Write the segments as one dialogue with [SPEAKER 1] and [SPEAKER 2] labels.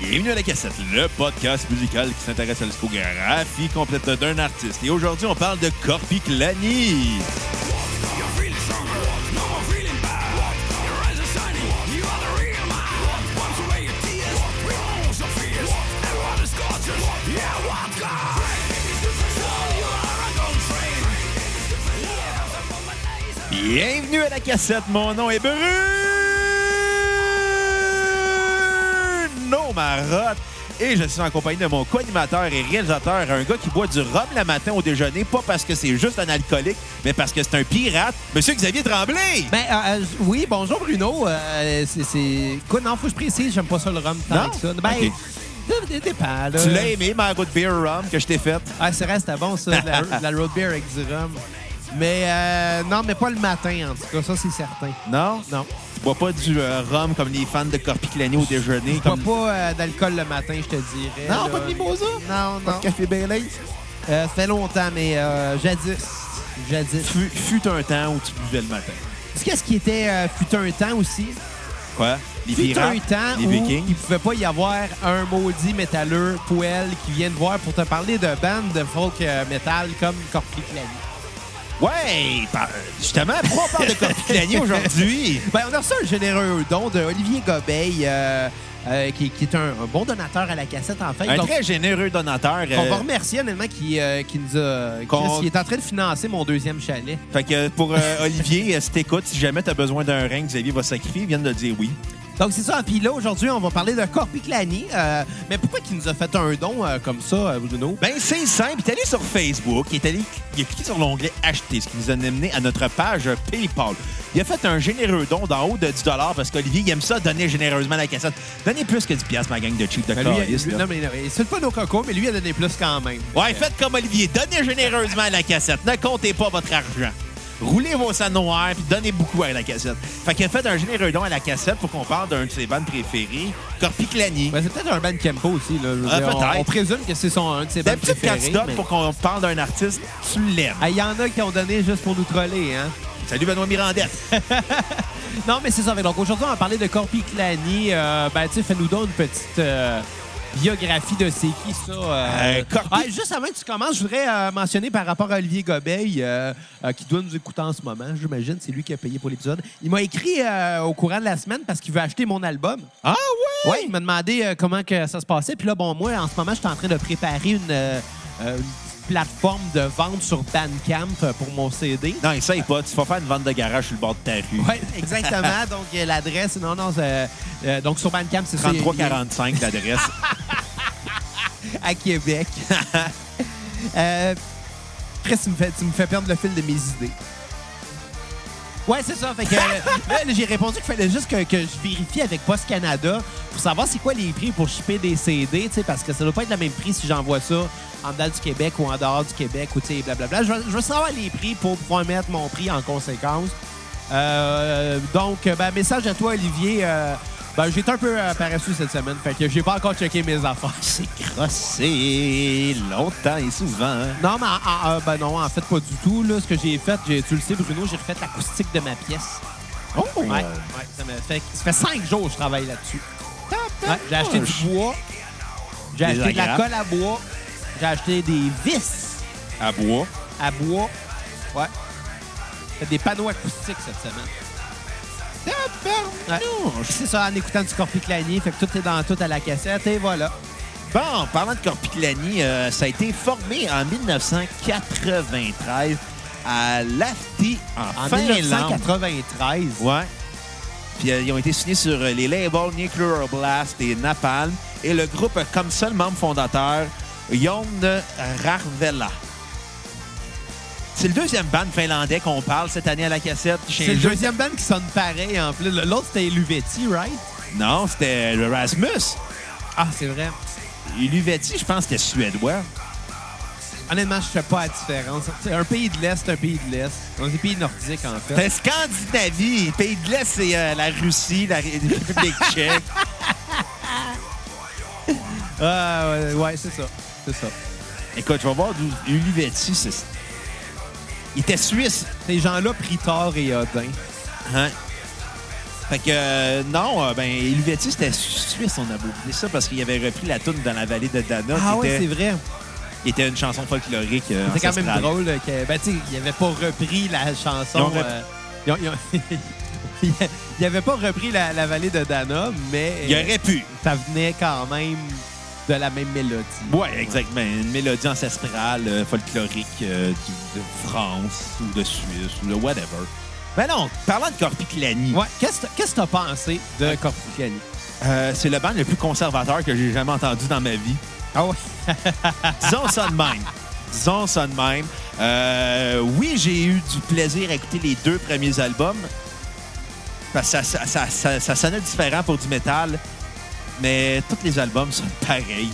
[SPEAKER 1] Bienvenue à La Cassette, le podcast musical qui s'intéresse à la discographie complète d'un artiste. Et aujourd'hui, on parle de Corpi Clani. Bienvenue à La Cassette, mon nom est Bruno Marotte. Et je suis en compagnie de mon co-animateur et réalisateur, un gars qui boit du rhum le matin au déjeuner, pas parce que c'est juste un alcoolique, mais parce que c'est un pirate, Monsieur Xavier Tremblay.
[SPEAKER 2] Ben, euh, euh, oui, bonjour Bruno. Euh, c'est- c'est. Écoute, non, faut que je précise, j'aime pas ça le rhum
[SPEAKER 1] Non?
[SPEAKER 2] tant que ça. Ben,
[SPEAKER 1] Ok.
[SPEAKER 2] d- d- dépend, là.
[SPEAKER 1] Tu l'as aimé, ma root beer rum que je t'ai faite?
[SPEAKER 2] Ah, c'est vrai, c'était bon, ça, de la, de la road beer avec du rhum. Mais, euh, non, mais pas le matin, en tout cas, ça, c'est certain.
[SPEAKER 1] Non?
[SPEAKER 2] Non.
[SPEAKER 1] Tu bois pas du euh, rhum comme les fans de Corpi Clani au déjeuner?
[SPEAKER 2] Pas,
[SPEAKER 1] Comme...
[SPEAKER 2] pas euh, d'alcool le matin, je te dirais.
[SPEAKER 1] Non,
[SPEAKER 2] là.
[SPEAKER 1] pas de mimosa?
[SPEAKER 2] Non, non.
[SPEAKER 1] café ben Bailey?
[SPEAKER 2] Euh, ça fait longtemps, mais euh, jadis. Jadis.
[SPEAKER 1] Fut, fut un temps où tu buvais le matin.
[SPEAKER 2] Tu sais, Qu'est-ce qui était. euh, fut un temps aussi?
[SPEAKER 1] Quoi? Les
[SPEAKER 2] Fut
[SPEAKER 1] pirates?
[SPEAKER 2] un temps
[SPEAKER 1] les
[SPEAKER 2] où
[SPEAKER 1] vikings?
[SPEAKER 2] il pouvait pas y avoir un maudit métalleux poêle qui vienne voir pour te parler de bandes de folk euh, metal comme Corpi Clani.
[SPEAKER 1] Ouais! par- Justement, pourquoi on parle de Corpi Clani aujourd'hui?
[SPEAKER 2] Ben, on a reçu un généreux don de Olivier Gobeil, euh, euh, qui, qui est un, un bon donateur à la cassette, en fait.
[SPEAKER 1] Un
[SPEAKER 2] Donc,
[SPEAKER 1] très généreux donateur.
[SPEAKER 2] on
[SPEAKER 1] euh,
[SPEAKER 2] va remercier honnêtement qui, euh, qui nous a. qui-
[SPEAKER 1] Qu'on-
[SPEAKER 2] qui est en train de financer mon deuxième chalet.
[SPEAKER 1] Fait que pour euh, Olivier, euh, si t'écoutes, si jamais t'as besoin d'un ring, Xavier va sacrifier. Il vient de le dire oui.
[SPEAKER 2] Donc, c'est ça. Puis là, aujourd'hui, on va parler de Corpi Clani. Euh, mais pourquoi qu'il nous a fait un don euh, comme ça, euh, Bruno?
[SPEAKER 1] Ben, c'est simple. Il est allé sur Facebook. Il, est allé, il a cliqué sur l'onglet Acheter, ce qui nous a amené à notre page PayPal. Il a fait un généreux don d'en haut de 10 parce qu'Olivier, il aime ça, donner généreusement la cassette. Donnez plus que 10 ma gang de cheap de
[SPEAKER 2] Ben, lui,
[SPEAKER 1] câlisse,
[SPEAKER 2] lui-
[SPEAKER 1] là.
[SPEAKER 2] non, mais non, mais c'est pas nos cocos, mais lui, il a donné plus quand même.
[SPEAKER 1] Ouais, faites comme Olivier. Donnez généreusement à la cassette. Ne comptez pas votre argent. Roulez vos sangs noirs puis donnez beaucoup à la cassette. Fait qu'il a fait un généreux don à la cassette pour qu'on parle d'un de ses bandes préférées, Corpi Clani.
[SPEAKER 2] Ben, c'est peut-être un band Kempo aussi. Là. Je veux
[SPEAKER 1] Ah,
[SPEAKER 2] dire, on-
[SPEAKER 1] peut-être.
[SPEAKER 2] on, présume que c'est son, un de ses bands
[SPEAKER 1] D'habitude, quand
[SPEAKER 2] préférés.
[SPEAKER 1] tu donnes
[SPEAKER 2] mais-
[SPEAKER 1] pour qu'on parle d'un artiste, tu l'aimes.
[SPEAKER 2] Ah, Il y en a qui ont donné juste pour nous troller. Hein?
[SPEAKER 1] Salut Benoît Mirandette.
[SPEAKER 2] Non, mais c'est ça. Donc aujourd'hui, on va parler de Corpi Clani. Euh, ben, tu sais, fais-nous donc une petite euh, biographie de c'est qui ça. euh.
[SPEAKER 1] Euh, Corpi-
[SPEAKER 2] Ah, juste avant que tu commences, je voudrais euh, mentionner par rapport à Olivier Gobeil, euh, euh, qui doit nous écouter en ce moment, j'imagine. C'est lui qui a payé pour l'épisode. Il m'a écrit euh, au courant de la semaine parce qu'il veut acheter mon album.
[SPEAKER 1] Ah
[SPEAKER 2] Oui, il m'a demandé euh, comment que ça se passait. Puis là, bon, moi, en ce moment, je suis en train de préparer une, euh, euh, une petite plateforme de vente sur Bandcamp euh, pour mon CD.
[SPEAKER 1] Non, essaye pas. Tu vas faire une vente de garage sur le bord de ta rue.
[SPEAKER 2] Oui, exactement. donc, euh, l'adresse, non, non, euh, euh, donc sur Bandcamp, c'est ça, il-
[SPEAKER 1] 3345 l'adresse.
[SPEAKER 2] il est à Québec. euh, Chris, tu me, fais, tu me fais perdre le fil de mes idées. Ouais, c'est ça. Fait que, euh, là, j'ai répondu qu'il fallait juste que, que je vérifie avec Post Canada pour savoir c'est quoi les prix pour shipper des CD, tu sais, parce que ça doit pas être le même prix si j'envoie ça en dedans du Québec ou en dehors du Québec ou tu sais, blablabla. Je veux, je veux savoir les prix pour pouvoir mettre mon prix en conséquence. Euh, donc, ben, message à toi, Olivier. Euh, ben, j'étais un peu euh, paresseux cette semaine, fait que j'ai pas encore checké mes affaires.
[SPEAKER 1] C'est crossé Ah, longtemps et souvent. hein.
[SPEAKER 2] Non, mais en- en- euh, ben non, en fait, pas du tout. Là, ce que j'ai fait, j'ai- tu le sais, Bruno, j'ai refait l'acoustique de ma pièce.
[SPEAKER 1] Oh!
[SPEAKER 2] Ouais, ouais, ça, me fait, ça fait cinq jours que je travaille là-dessus. Ouais, j'ai acheté du bois, j'ai
[SPEAKER 1] Des
[SPEAKER 2] acheté de la
[SPEAKER 1] agrafes.
[SPEAKER 2] colle à bois, j'ai acheté des vis
[SPEAKER 1] À bois.
[SPEAKER 2] à bois. Ouais. Fait des panneaux acoustiques cette semaine.
[SPEAKER 1] Ah,
[SPEAKER 2] Ouais. C'est ça, en écoutant du Corpi Clanier. Fait que tout est dans tout à la cassette et voilà.
[SPEAKER 1] Bon, parlant de Corpiclani, euh, ça a été formé en 1993 à Lahti, en,
[SPEAKER 2] En
[SPEAKER 1] Finlande.
[SPEAKER 2] 1993.
[SPEAKER 1] Ouais. Puis euh, ils ont été signés sur euh, les labels Nuclear Blast et Napalm. Et le groupe a comme seul membre fondateur Jon Rarvela. C'est le deuxième band finlandais qu'on parle cette année à la cassette.
[SPEAKER 2] C'est le deuxième band qui sonne pareil en plus. L'autre, c'était Luvetti, right?
[SPEAKER 1] Non, c'était le Rasmus.
[SPEAKER 2] Ah, c'est vrai.
[SPEAKER 1] Et Luvetti, je pense, c'était
[SPEAKER 2] Hein?
[SPEAKER 1] suédois.
[SPEAKER 2] Honnêtement, je fais pas la différence. C'est un pays de l'Est, un pays de l'Est. On est des pays nordiques, en
[SPEAKER 1] C'était
[SPEAKER 2] fait.
[SPEAKER 1] Scandinavie. Pays de l'Est, c'est euh, la Russie, la Ré- République tchèque.
[SPEAKER 2] Ah, ouais, ouais, c'est ça. C'est ça.
[SPEAKER 1] Écoute, je vais voir d'où Luvetti, c'est... Il était suisse.
[SPEAKER 2] Ces gens-là, pris tard et Odin.
[SPEAKER 1] Hein? Fait que euh, non, euh, ben Helvétie, c'était suisse, on a oublié ça parce qu'il avait repris la tune dans la vallée de Dana,
[SPEAKER 2] Ah
[SPEAKER 1] qui,
[SPEAKER 2] ouais, c'est
[SPEAKER 1] était,
[SPEAKER 2] vrai. Ah,
[SPEAKER 1] qui était une chanson folklorique. euh,
[SPEAKER 2] C'est quand même
[SPEAKER 1] ancestrale.
[SPEAKER 2] drôle que, ben, tu sais, ils n'avaient pas repris la
[SPEAKER 1] Ils
[SPEAKER 2] chanson.
[SPEAKER 1] ont rep-
[SPEAKER 2] euh, ils ont- ils ont- Ils n'avaient pas repris la, la vallée de Dana, mais
[SPEAKER 1] Il aurait pu.
[SPEAKER 2] ça venait quand même de la même mélodie.
[SPEAKER 1] Oui, exactement. Une mélodie ancestrale, euh, folklorique euh, du- de France ou de Suisse ou de whatever. Mais non, parlant de Corpiclani,
[SPEAKER 2] Ouais. Qu'est-ce que- qu'est-ce que t'as pensé de Corpicani?
[SPEAKER 1] euh, c'est le band le plus conservateur que j'ai jamais entendu dans ma vie.
[SPEAKER 2] Ah ouais?
[SPEAKER 1] Disons ça de même. Disons ça de même. Euh, oui, j'ai eu du plaisir à écouter les deux premiers albums. Parce que ça, ça, ça, ça- ça sonnait différent pour du métal. Mais tous les albums sont pareils.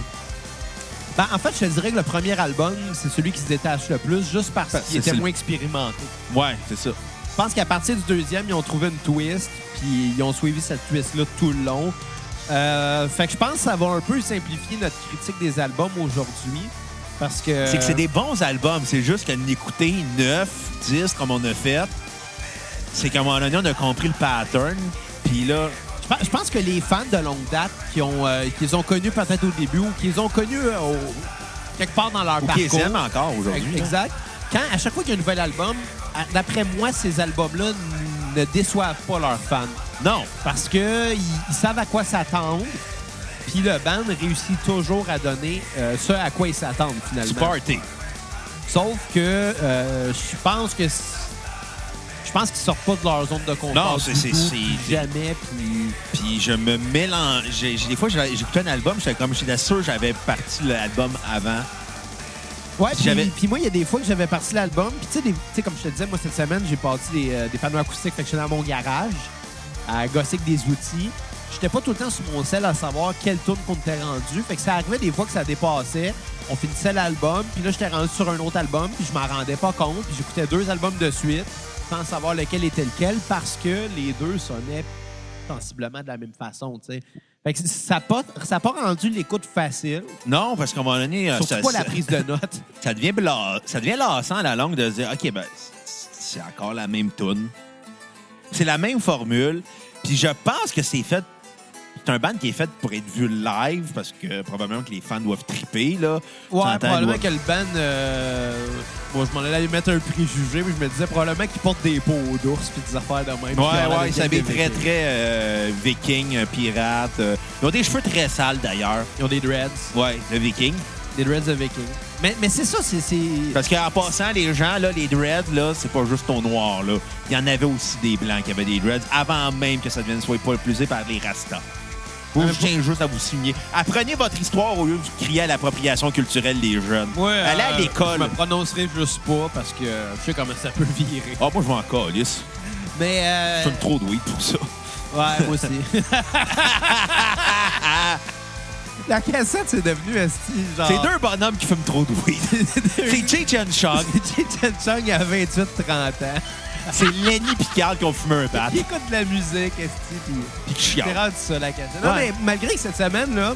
[SPEAKER 2] Ben, en fait, je te dirais que le premier album, c'est celui qui se détache le plus, juste parce
[SPEAKER 1] Parce
[SPEAKER 2] qu'il
[SPEAKER 1] que
[SPEAKER 2] était
[SPEAKER 1] Ben, c'est le-
[SPEAKER 2] moins expérimenté.
[SPEAKER 1] Ouais, c'est ça.
[SPEAKER 2] Je pense qu'à partir du deuxième, ils ont trouvé une twist, puis ils ont suivi cette twist-là tout le long. Euh, fait que je pense que ça va un peu simplifier notre critique des albums aujourd'hui, parce que...
[SPEAKER 1] C'est que c'est des bons albums. C'est juste qu'à l'écouter 9, 10, comme on a fait, c'est qu'à un moment donné, on a compris le pattern. Puis là,
[SPEAKER 2] Je pe- Je pense que les fans de longue date qui ont, euh, qui les ont connus peut-être au début ou qui les ont connus euh, au- quelque part dans leur
[SPEAKER 1] ou qu'ils
[SPEAKER 2] parcours.
[SPEAKER 1] aiment encore aujourd'hui. là.
[SPEAKER 2] Exact. Quand, à chaque fois qu'il y a un nouvel album, à- d'après moi, ces albums-là n- ne déçoivent pas leurs fans.
[SPEAKER 1] Non.
[SPEAKER 2] Parce que ils, ils savent à quoi s'attendre. Puis le band réussit toujours à donner euh, ce à quoi ils s'attendent
[SPEAKER 1] Du
[SPEAKER 2] finalement.
[SPEAKER 1] party.
[SPEAKER 2] Sauf que euh, je pense que c- je pense qu'ils sortent pas de leur zone de confort.
[SPEAKER 1] Non, c'est-
[SPEAKER 2] du
[SPEAKER 1] c'est-
[SPEAKER 2] tout,
[SPEAKER 1] c'est-
[SPEAKER 2] puis
[SPEAKER 1] c'est-
[SPEAKER 2] jamais. Puis
[SPEAKER 1] Puis je me mélange. j'ai- j'ai- Des fois, j'ai- j'écoutais un album, j'étais comme, j'étais sûr que j'avais parti l'album avant. Puis
[SPEAKER 2] Ouais, puis,
[SPEAKER 1] j'avais-
[SPEAKER 2] puis moi, il y a des fois que j'avais parti l'album. Puis tu sais, des- tu sais, comme je te disais, moi, cette semaine, j'ai parti des, euh, des panneaux acoustiques. Fait que j'étais dans mon garage à gosser avec des outils. J'étais pas tout le temps sur mon sel à savoir quelle tourne qu'on était rendu. Fait que ça arrivait des fois que ça dépassait. On finissait l'album, puis là, j'étais rendu sur un autre album, puis je m'en rendais pas compte. Puis j'écoutais deux albums de suite sans savoir lequel était lequel parce que les deux sonnaient sensiblement de la même façon, tu sais. Fait que ça n'a pas, ça a pas rendu l'écoute facile,
[SPEAKER 1] Non, parce qu'à un moment donné, euh, ça,
[SPEAKER 2] surtout pas la
[SPEAKER 1] ça-
[SPEAKER 2] prise de notes.
[SPEAKER 1] ça devient bla- ça devient lassant à la langue de se dire, OK, ben, c'est- c'est encore la même tune. C'est la même formule. Puis je pense que c'est fait. C'est un band qui est fait pour être vu live parce que probablement que les fans doivent triper, là.
[SPEAKER 2] Ouais,
[SPEAKER 1] T'entends,
[SPEAKER 2] probablement
[SPEAKER 1] doivent-
[SPEAKER 2] que le ban. euh, Moi, je m'en allais mettre un préjugé, mais je me disais probablement qu'il porte des peaux d'ours puis des affaires de même. puis
[SPEAKER 1] Ouais,
[SPEAKER 2] genre,
[SPEAKER 1] ouais, ils
[SPEAKER 2] avec
[SPEAKER 1] s'habillent
[SPEAKER 2] des-
[SPEAKER 1] très, très euh, viking, euh, pirate. euh. Ils ont des cheveux très sales, d'ailleurs.
[SPEAKER 2] Ils ont des dreads.
[SPEAKER 1] Ouais, le viking.
[SPEAKER 2] Des dreads de vikings. Mais, mais c'est ça, c'est. c'est-
[SPEAKER 1] Parce qu'en passant, les gens, là, les dreads, là, c'est pas juste au noir. Là. Il y en avait aussi des blancs qui avaient des dreads avant même que ça devienne soit populisé par les Rastas.
[SPEAKER 2] Ah,
[SPEAKER 1] Vous, je tiens juste à vous signer. Apprenez votre histoire au lieu de crier à l'appropriation culturelle des jeunes.
[SPEAKER 2] Moi, euh,
[SPEAKER 1] Allez à
[SPEAKER 2] Je
[SPEAKER 1] l'école.
[SPEAKER 2] me prononcerai juste pas parce que je sais comment ça peut virer.
[SPEAKER 1] Ah, moi, je m'en calisse.
[SPEAKER 2] Mais. euh,
[SPEAKER 1] Je fume trop de weed pour ça.
[SPEAKER 2] Ouais, moi aussi. La cassette, c'est devenu esti, genre.
[SPEAKER 1] C'est deux bonhommes qui fument trop de weed. C'est Jay Chen Chong,
[SPEAKER 2] Chen Chong à 28-30 ans.
[SPEAKER 1] c'est Lenny Picard qui ont fumé un bat
[SPEAKER 2] Il écoute de la musique, esti, puis.
[SPEAKER 1] puis qui
[SPEAKER 2] C'est
[SPEAKER 1] chiale.
[SPEAKER 2] rendu ça, la cassette. Non,
[SPEAKER 1] Ouais.
[SPEAKER 2] mais malgré que cette semaine, là,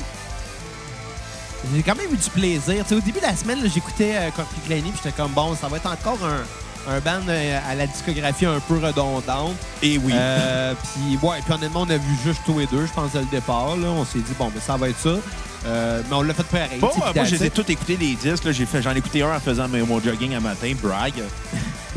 [SPEAKER 2] j'ai quand même eu du plaisir. Tu sais, au début de la semaine, là, j'écoutais euh, Corpy Claney, puis j'étais comme, bon, ça va être encore un, un band euh, à la discographie un peu redondante.
[SPEAKER 1] Et Eh oui.
[SPEAKER 2] Euh, puis, ouais, puis honnêtement, on a vu juste tous les deux, je pense, dès le départ. Là, on s'est dit, bon, mais ça va être ça. Euh, mais on l'a fait pareil.
[SPEAKER 1] Bon,
[SPEAKER 2] tu sais,
[SPEAKER 1] euh,
[SPEAKER 2] puis
[SPEAKER 1] moi,
[SPEAKER 2] that's
[SPEAKER 1] je les ai
[SPEAKER 2] it.
[SPEAKER 1] tous écoutés, les disques. là. J'ai fait- J'en ai écouté un en faisant mes- mon jogging à matin, brag.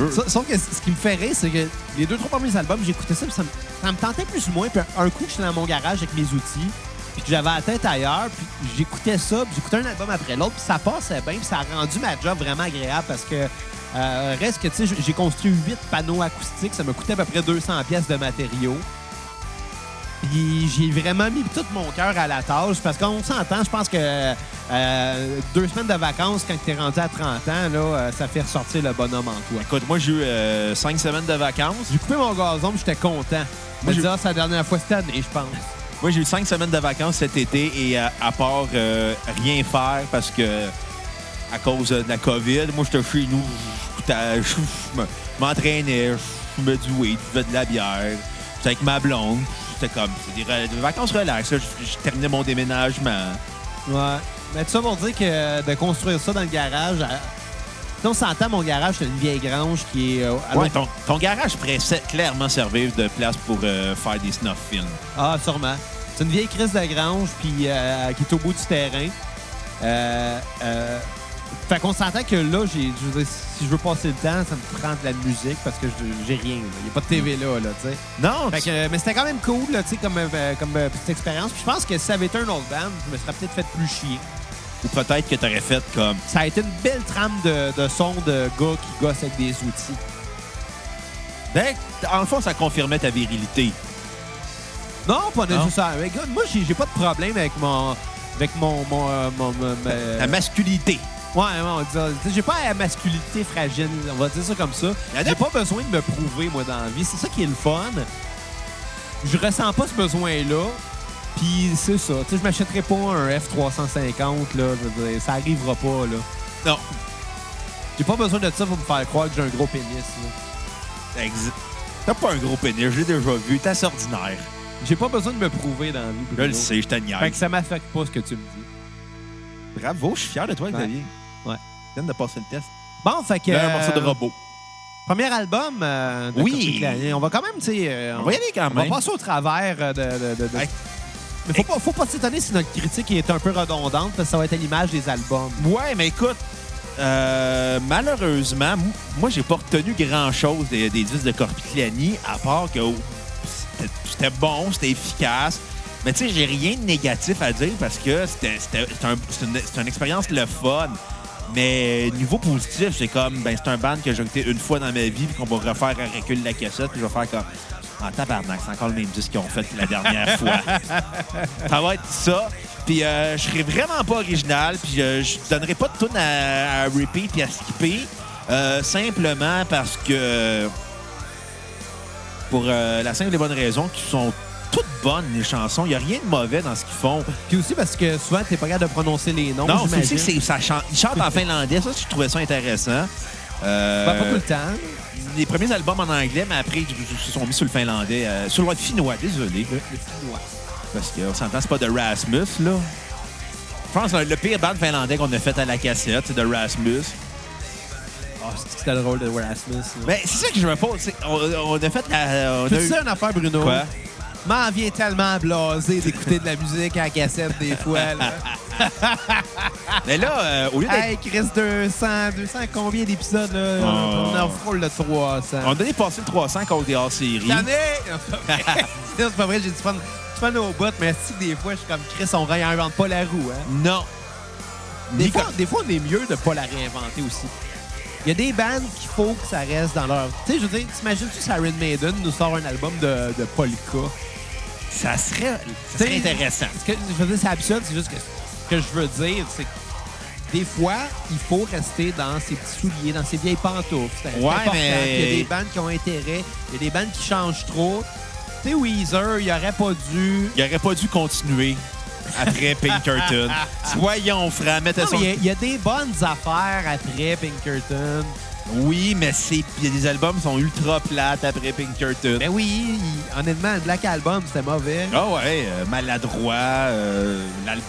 [SPEAKER 2] Sa- Sauf que c- ce qui me fait rire, c'est que les deux, trois premiers albums, j'écoutais ça, puis ça me, ça me tentait plus ou moins. Puis un- un coup, j'étais dans mon garage avec mes outils, puis que j'avais la tête ailleurs, puis j'écoutais ça, puis j'écoutais un album après l'autre, puis ça passait bien, puis ça a rendu ma job vraiment agréable parce que euh, reste que, tu sais, j- j'ai construit huit panneaux acoustiques, ça me coûtait à peu près 200 pièces de matériaux. Puis j'ai vraiment mis tout mon cœur à la tâche parce qu'on s'entend, je pense que euh, deux semaines de vacances, quand t'es rendu à 30 ans, là, euh, ça fait ressortir le bonhomme en toi.
[SPEAKER 1] Écoute, moi, j'ai eu euh, cinq semaines de vacances.
[SPEAKER 2] J'ai coupé mon gazon, puis j'étais content. Je me
[SPEAKER 1] j'ai-
[SPEAKER 2] disais, Ah, c'est la dernière fois cette année, je pense.
[SPEAKER 1] Moi, j'ai eu cinq semaines de vacances cet été et euh, à part euh, rien faire parce que à cause euh, de la COVID, moi, j'étais chez nous, j'écoutais- je je me- m'entraînais, je me du weed, je buvais de la bière. J'étais avec ma blonde. C'était comme, c'est des, re- des vacances relax. là. Je je terminais mon déménagement.
[SPEAKER 2] euh, Ouais. Mais tout ça pour dire que de construire ça dans le garage, à- on s'entend, mon garage, c'est une vieille grange qui est. euh, à
[SPEAKER 1] Ah Ouais,
[SPEAKER 2] l'autre-
[SPEAKER 1] ton, ton garage pourrait se- clairement servir de place pour euh, faire des snuff films.
[SPEAKER 2] Ah, sûrement. C'est une vieille crise de grange puis, euh, qui est au bout du terrain. Euh, euh, fait qu'on s'entend que là, j'ai, je veux dire, si je veux passer le temps, ça me prend de la musique parce que je- j'ai rien. Il n'y a pas de TV là, là, tu sais.
[SPEAKER 1] Non,
[SPEAKER 2] Fait que, euh, mais c'était quand même cool, là, tu sais, comme, euh, comme euh, petite expérience. Puis je pense que si ça avait été un old band, je me serais peut-être fait plus chier.
[SPEAKER 1] ou peut-être que t'aurais fait comme...
[SPEAKER 2] Ça a été une belle trame de, de son de gars qui gosse avec des outils.
[SPEAKER 1] Ben, en fond, ça confirmait ta virilité.
[SPEAKER 2] Non, pas
[SPEAKER 1] Non.
[SPEAKER 2] nécessaire. Mais Écoute, moi, j'ai, j'ai pas de problème avec mon. Avec mon. mon, euh, mon, mon- euh,
[SPEAKER 1] Ta masculinité.
[SPEAKER 2] ouais, ouais, on dit ça. Tu sais, J'ai pas la masculinité fragile, on va dire ça comme ça.
[SPEAKER 1] Y en a-
[SPEAKER 2] J'ai pas besoin de me prouver, moi, dans la vie. C'est ça qui est le fun. Je ressens pas ce besoin-là. Puis c'est ça. Tu sais, je m'achèterai pas un F350, là. Je veux dire, ça arrivera pas, là.
[SPEAKER 1] Non,
[SPEAKER 2] J'ai pas besoin de ça pour me faire croire que j'ai un gros pénis, là.
[SPEAKER 1] ex- t'as pas un gros pénis, je l'ai déjà vu, t'es assez ordinaire.
[SPEAKER 2] J'ai pas besoin de me prouver dans la vie,
[SPEAKER 1] Je
[SPEAKER 2] Bruno.
[SPEAKER 1] le sais, je te niaise.
[SPEAKER 2] Fait que ça m'affecte pas ce que tu me dis.
[SPEAKER 1] Bravo, je suis fier de toi, Xavier.
[SPEAKER 2] Ouais.
[SPEAKER 1] Tu viens de passer le test.
[SPEAKER 2] Bon, fait que...
[SPEAKER 1] Là,
[SPEAKER 2] euh,
[SPEAKER 1] un morceau de robot.
[SPEAKER 2] Premier album. euh, de
[SPEAKER 1] Oui.
[SPEAKER 2] Coptic Lion. On va quand même, tu sais... euh,
[SPEAKER 1] On va y aller quand
[SPEAKER 2] on va
[SPEAKER 1] même.
[SPEAKER 2] passer au travers euh, de... de- de- de-
[SPEAKER 1] Hey.
[SPEAKER 2] Mais faut pas, faut pas s'étonner si notre critique est un peu redondante, parce que ça va être à l'image des albums.
[SPEAKER 1] Ouais, mais écoute, euh, malheureusement, m- moi, j'ai pas retenu grand-chose des, des disques de Corpiclani, à part que oh, c'était- c'était bon, c'était efficace. Mais tu sais, j'ai rien de négatif à dire parce que c'était c'était- c'est un- c'est une, c'est une expérience le fun. Mais niveau positif, c'est comme, ben, c'est un band que j'ai écouté une fois dans ma vie, puis qu'on va refaire un recul de la cassette, puis je vais faire comme, en tabarnak, c'est encore le même disque qu'ils ont fait la dernière fois. Ça va être ça. Puis euh, je serai vraiment pas original. Puis euh, je donnerai pas de tune à, à repeat et à skipper. Euh, simplement parce que. Pour euh, la simple et bonne raison qu'ils sont toutes bonnes, les chansons. Il n'y a rien de mauvais dans ce qu'ils font.
[SPEAKER 2] Puis aussi parce que souvent, t'es pas capable de prononcer les noms,
[SPEAKER 1] Non, c'est aussi
[SPEAKER 2] j'imagine.
[SPEAKER 1] que c'est- ça chante, ils chantent en finlandais. Ça, je trouvais ça intéressant. Euh,
[SPEAKER 2] Ben, pas tout le temps.
[SPEAKER 1] les premiers albums en anglais, mais après, ils se sont mis sur le finlandais. euh, sur le finnois, désolé.
[SPEAKER 2] Le finnois.
[SPEAKER 1] Parce qu'on s'entend, c'est pas de Rasmus, là. Je pense que le pire band finlandais qu'on a fait à la cassette, c'est de Rasmus.
[SPEAKER 2] Ah, c'est- c'était le rôle de Rasmus. là.
[SPEAKER 1] Mais Ben, c'est ça que je me pose. c'est- On, on a fait la. On a
[SPEAKER 2] Tu
[SPEAKER 1] eu-
[SPEAKER 2] sais une affaire, Bruno?
[SPEAKER 1] Quoi?
[SPEAKER 2] M'en vient tellement blasé d'écouter de la musique à la cassette des fois. Là.
[SPEAKER 1] Mais là, euh, au lieu d'être.
[SPEAKER 2] hey, Chris, 200, 200, combien d'épisodes? là?
[SPEAKER 1] Oh.
[SPEAKER 2] On en frôle le 300.
[SPEAKER 1] On a dépassé le 300 contre des hors-séries.
[SPEAKER 2] J'en ai! C'est pas vrai, j'ai du fun, du fun au bout, mais si des fois, je suis comme Chris, on réinvente pas la roue. Hein?
[SPEAKER 1] Non.
[SPEAKER 2] Des,
[SPEAKER 1] Ni
[SPEAKER 2] fois,
[SPEAKER 1] comme-
[SPEAKER 2] des fois, on est mieux de pas la réinventer aussi. Il y a des bandes qu'il faut que ça reste dans leur... Tu sais, je veux dire, t'imagines-tu si Iron Maiden nous sort un album de, de Polka?
[SPEAKER 1] Ça serait, ça serait
[SPEAKER 2] T'sais,
[SPEAKER 1] intéressant.
[SPEAKER 2] Ce que je veux dire, c'est absurde, c'est juste que ce que je veux dire, c'est que des fois, il faut rester dans ses petits souliers, dans ses vieilles pantoufles. C'est
[SPEAKER 1] Ouais,
[SPEAKER 2] important.
[SPEAKER 1] mais-
[SPEAKER 2] Puis Il y a des bandes qui ont intérêt, il y a des bandes qui changent trop. Tu sais, Weezer, il aurait pas dû.
[SPEAKER 1] Il aurait pas dû continuer après Pinkerton. Soyons francs, mettez
[SPEAKER 2] Non,
[SPEAKER 1] son.
[SPEAKER 2] mais il y a- il y, a des bonnes affaires après Pinkerton.
[SPEAKER 1] Oui, mais c'est. puis Les albums sont ultra plates après Pinkerton.
[SPEAKER 2] Ben oui, il- honnêtement, le Black Album, c'était mauvais.
[SPEAKER 1] Ah ouais, euh, maladroit, euh, l'al-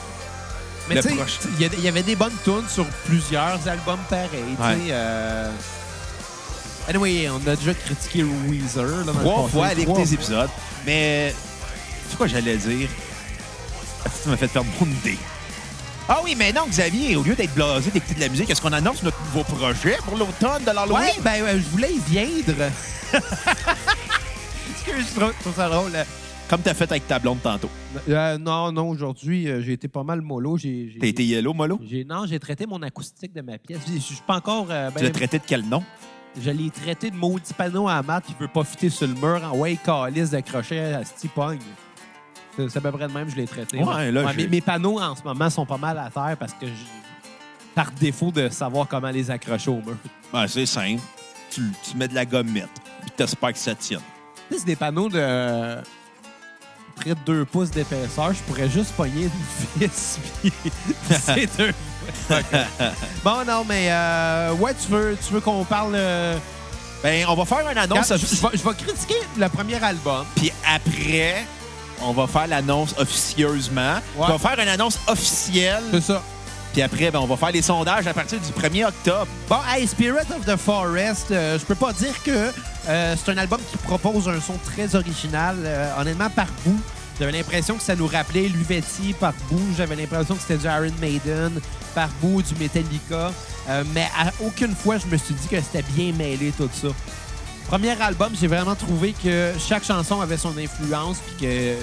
[SPEAKER 2] Mais
[SPEAKER 1] le
[SPEAKER 2] tu sais,
[SPEAKER 1] proche.
[SPEAKER 2] il y, a- il y avait des bonnes tunes sur plusieurs albums pareils. tu sais,
[SPEAKER 1] Ouais.
[SPEAKER 2] euh. Anyway, on a déjà critiqué Weezer. Là, dans le
[SPEAKER 1] trois
[SPEAKER 2] passé,
[SPEAKER 1] fois à
[SPEAKER 2] trois
[SPEAKER 1] tes épisodes. Mais c'est quoi j'allais dire? Ah, Tu m'as fait perdre mon idée. Ah oui, mais non, Xavier, au lieu d'être blasé d'écouter de la musique, est-ce qu'on annonce notre nouveau projet pour l'automne de l'Halloween?
[SPEAKER 2] Ouais, ben ouais, je voulais y viendre. Est-ce que je trouve, je trouve ça drôle?
[SPEAKER 1] Comme t'as fait avec ta blonde tantôt.
[SPEAKER 2] Euh, non, non, aujourd'hui, euh, j'ai été pas mal mollo. J'ai, j'ai-
[SPEAKER 1] T'as été yellow, mollo?
[SPEAKER 2] j'ai- non, j'ai traité mon acoustique de ma pièce. Je je suis pas encore. euh, ben,
[SPEAKER 1] Tu l'as traité de quel nom?
[SPEAKER 2] je l'ai traité de maudit panneau à mat qui veut pas fitter sur le mur en way calice de crochet à Stipong. C'est c'est à peu près de même, que je l'ai traité.
[SPEAKER 1] Ouais, là, j'ai-
[SPEAKER 2] mes, mes panneaux en ce moment sont pas mal à terre parce que je- par défaut de savoir comment les accrocher au mur.
[SPEAKER 1] Ben, c'est simple. Tu, tu mets de la gommette, puis t'espères que ça tienne.
[SPEAKER 2] Tu sais, c'est des panneaux de euh, près de 2 pouces d'épaisseur. Je pourrais juste pogner une vis, puis c'est deux. bon, non, mais euh, ouais, tu veux, tu veux qu'on parle... euh,
[SPEAKER 1] Ben, on va faire une
[SPEAKER 2] regarde,
[SPEAKER 1] annonce
[SPEAKER 2] je,
[SPEAKER 1] officielle.
[SPEAKER 2] je vais, je vais critiquer le premier album.
[SPEAKER 1] Puis après, on va faire l'annonce officieusement.
[SPEAKER 2] Ouais.
[SPEAKER 1] On va faire une annonce officielle
[SPEAKER 2] C'est ça.
[SPEAKER 1] Puis après, ben, on va faire les sondages à partir du 1er octobre.
[SPEAKER 2] Bon, hey, Spirit of the Forest, euh, je peux pas dire que euh, c'est un album qui propose un son très original. Euh, honnêtement, par bout, j'avais l'impression que ça nous rappelait Luvetti. Par bout, j'avais l'impression que c'était du Iron Maiden. Par bout, du Metallica. Euh, mais à aucune fois, je me suis dit que c'était bien mêlé tout ça. Premier album, j'ai vraiment trouvé que chaque chanson avait son influence puis que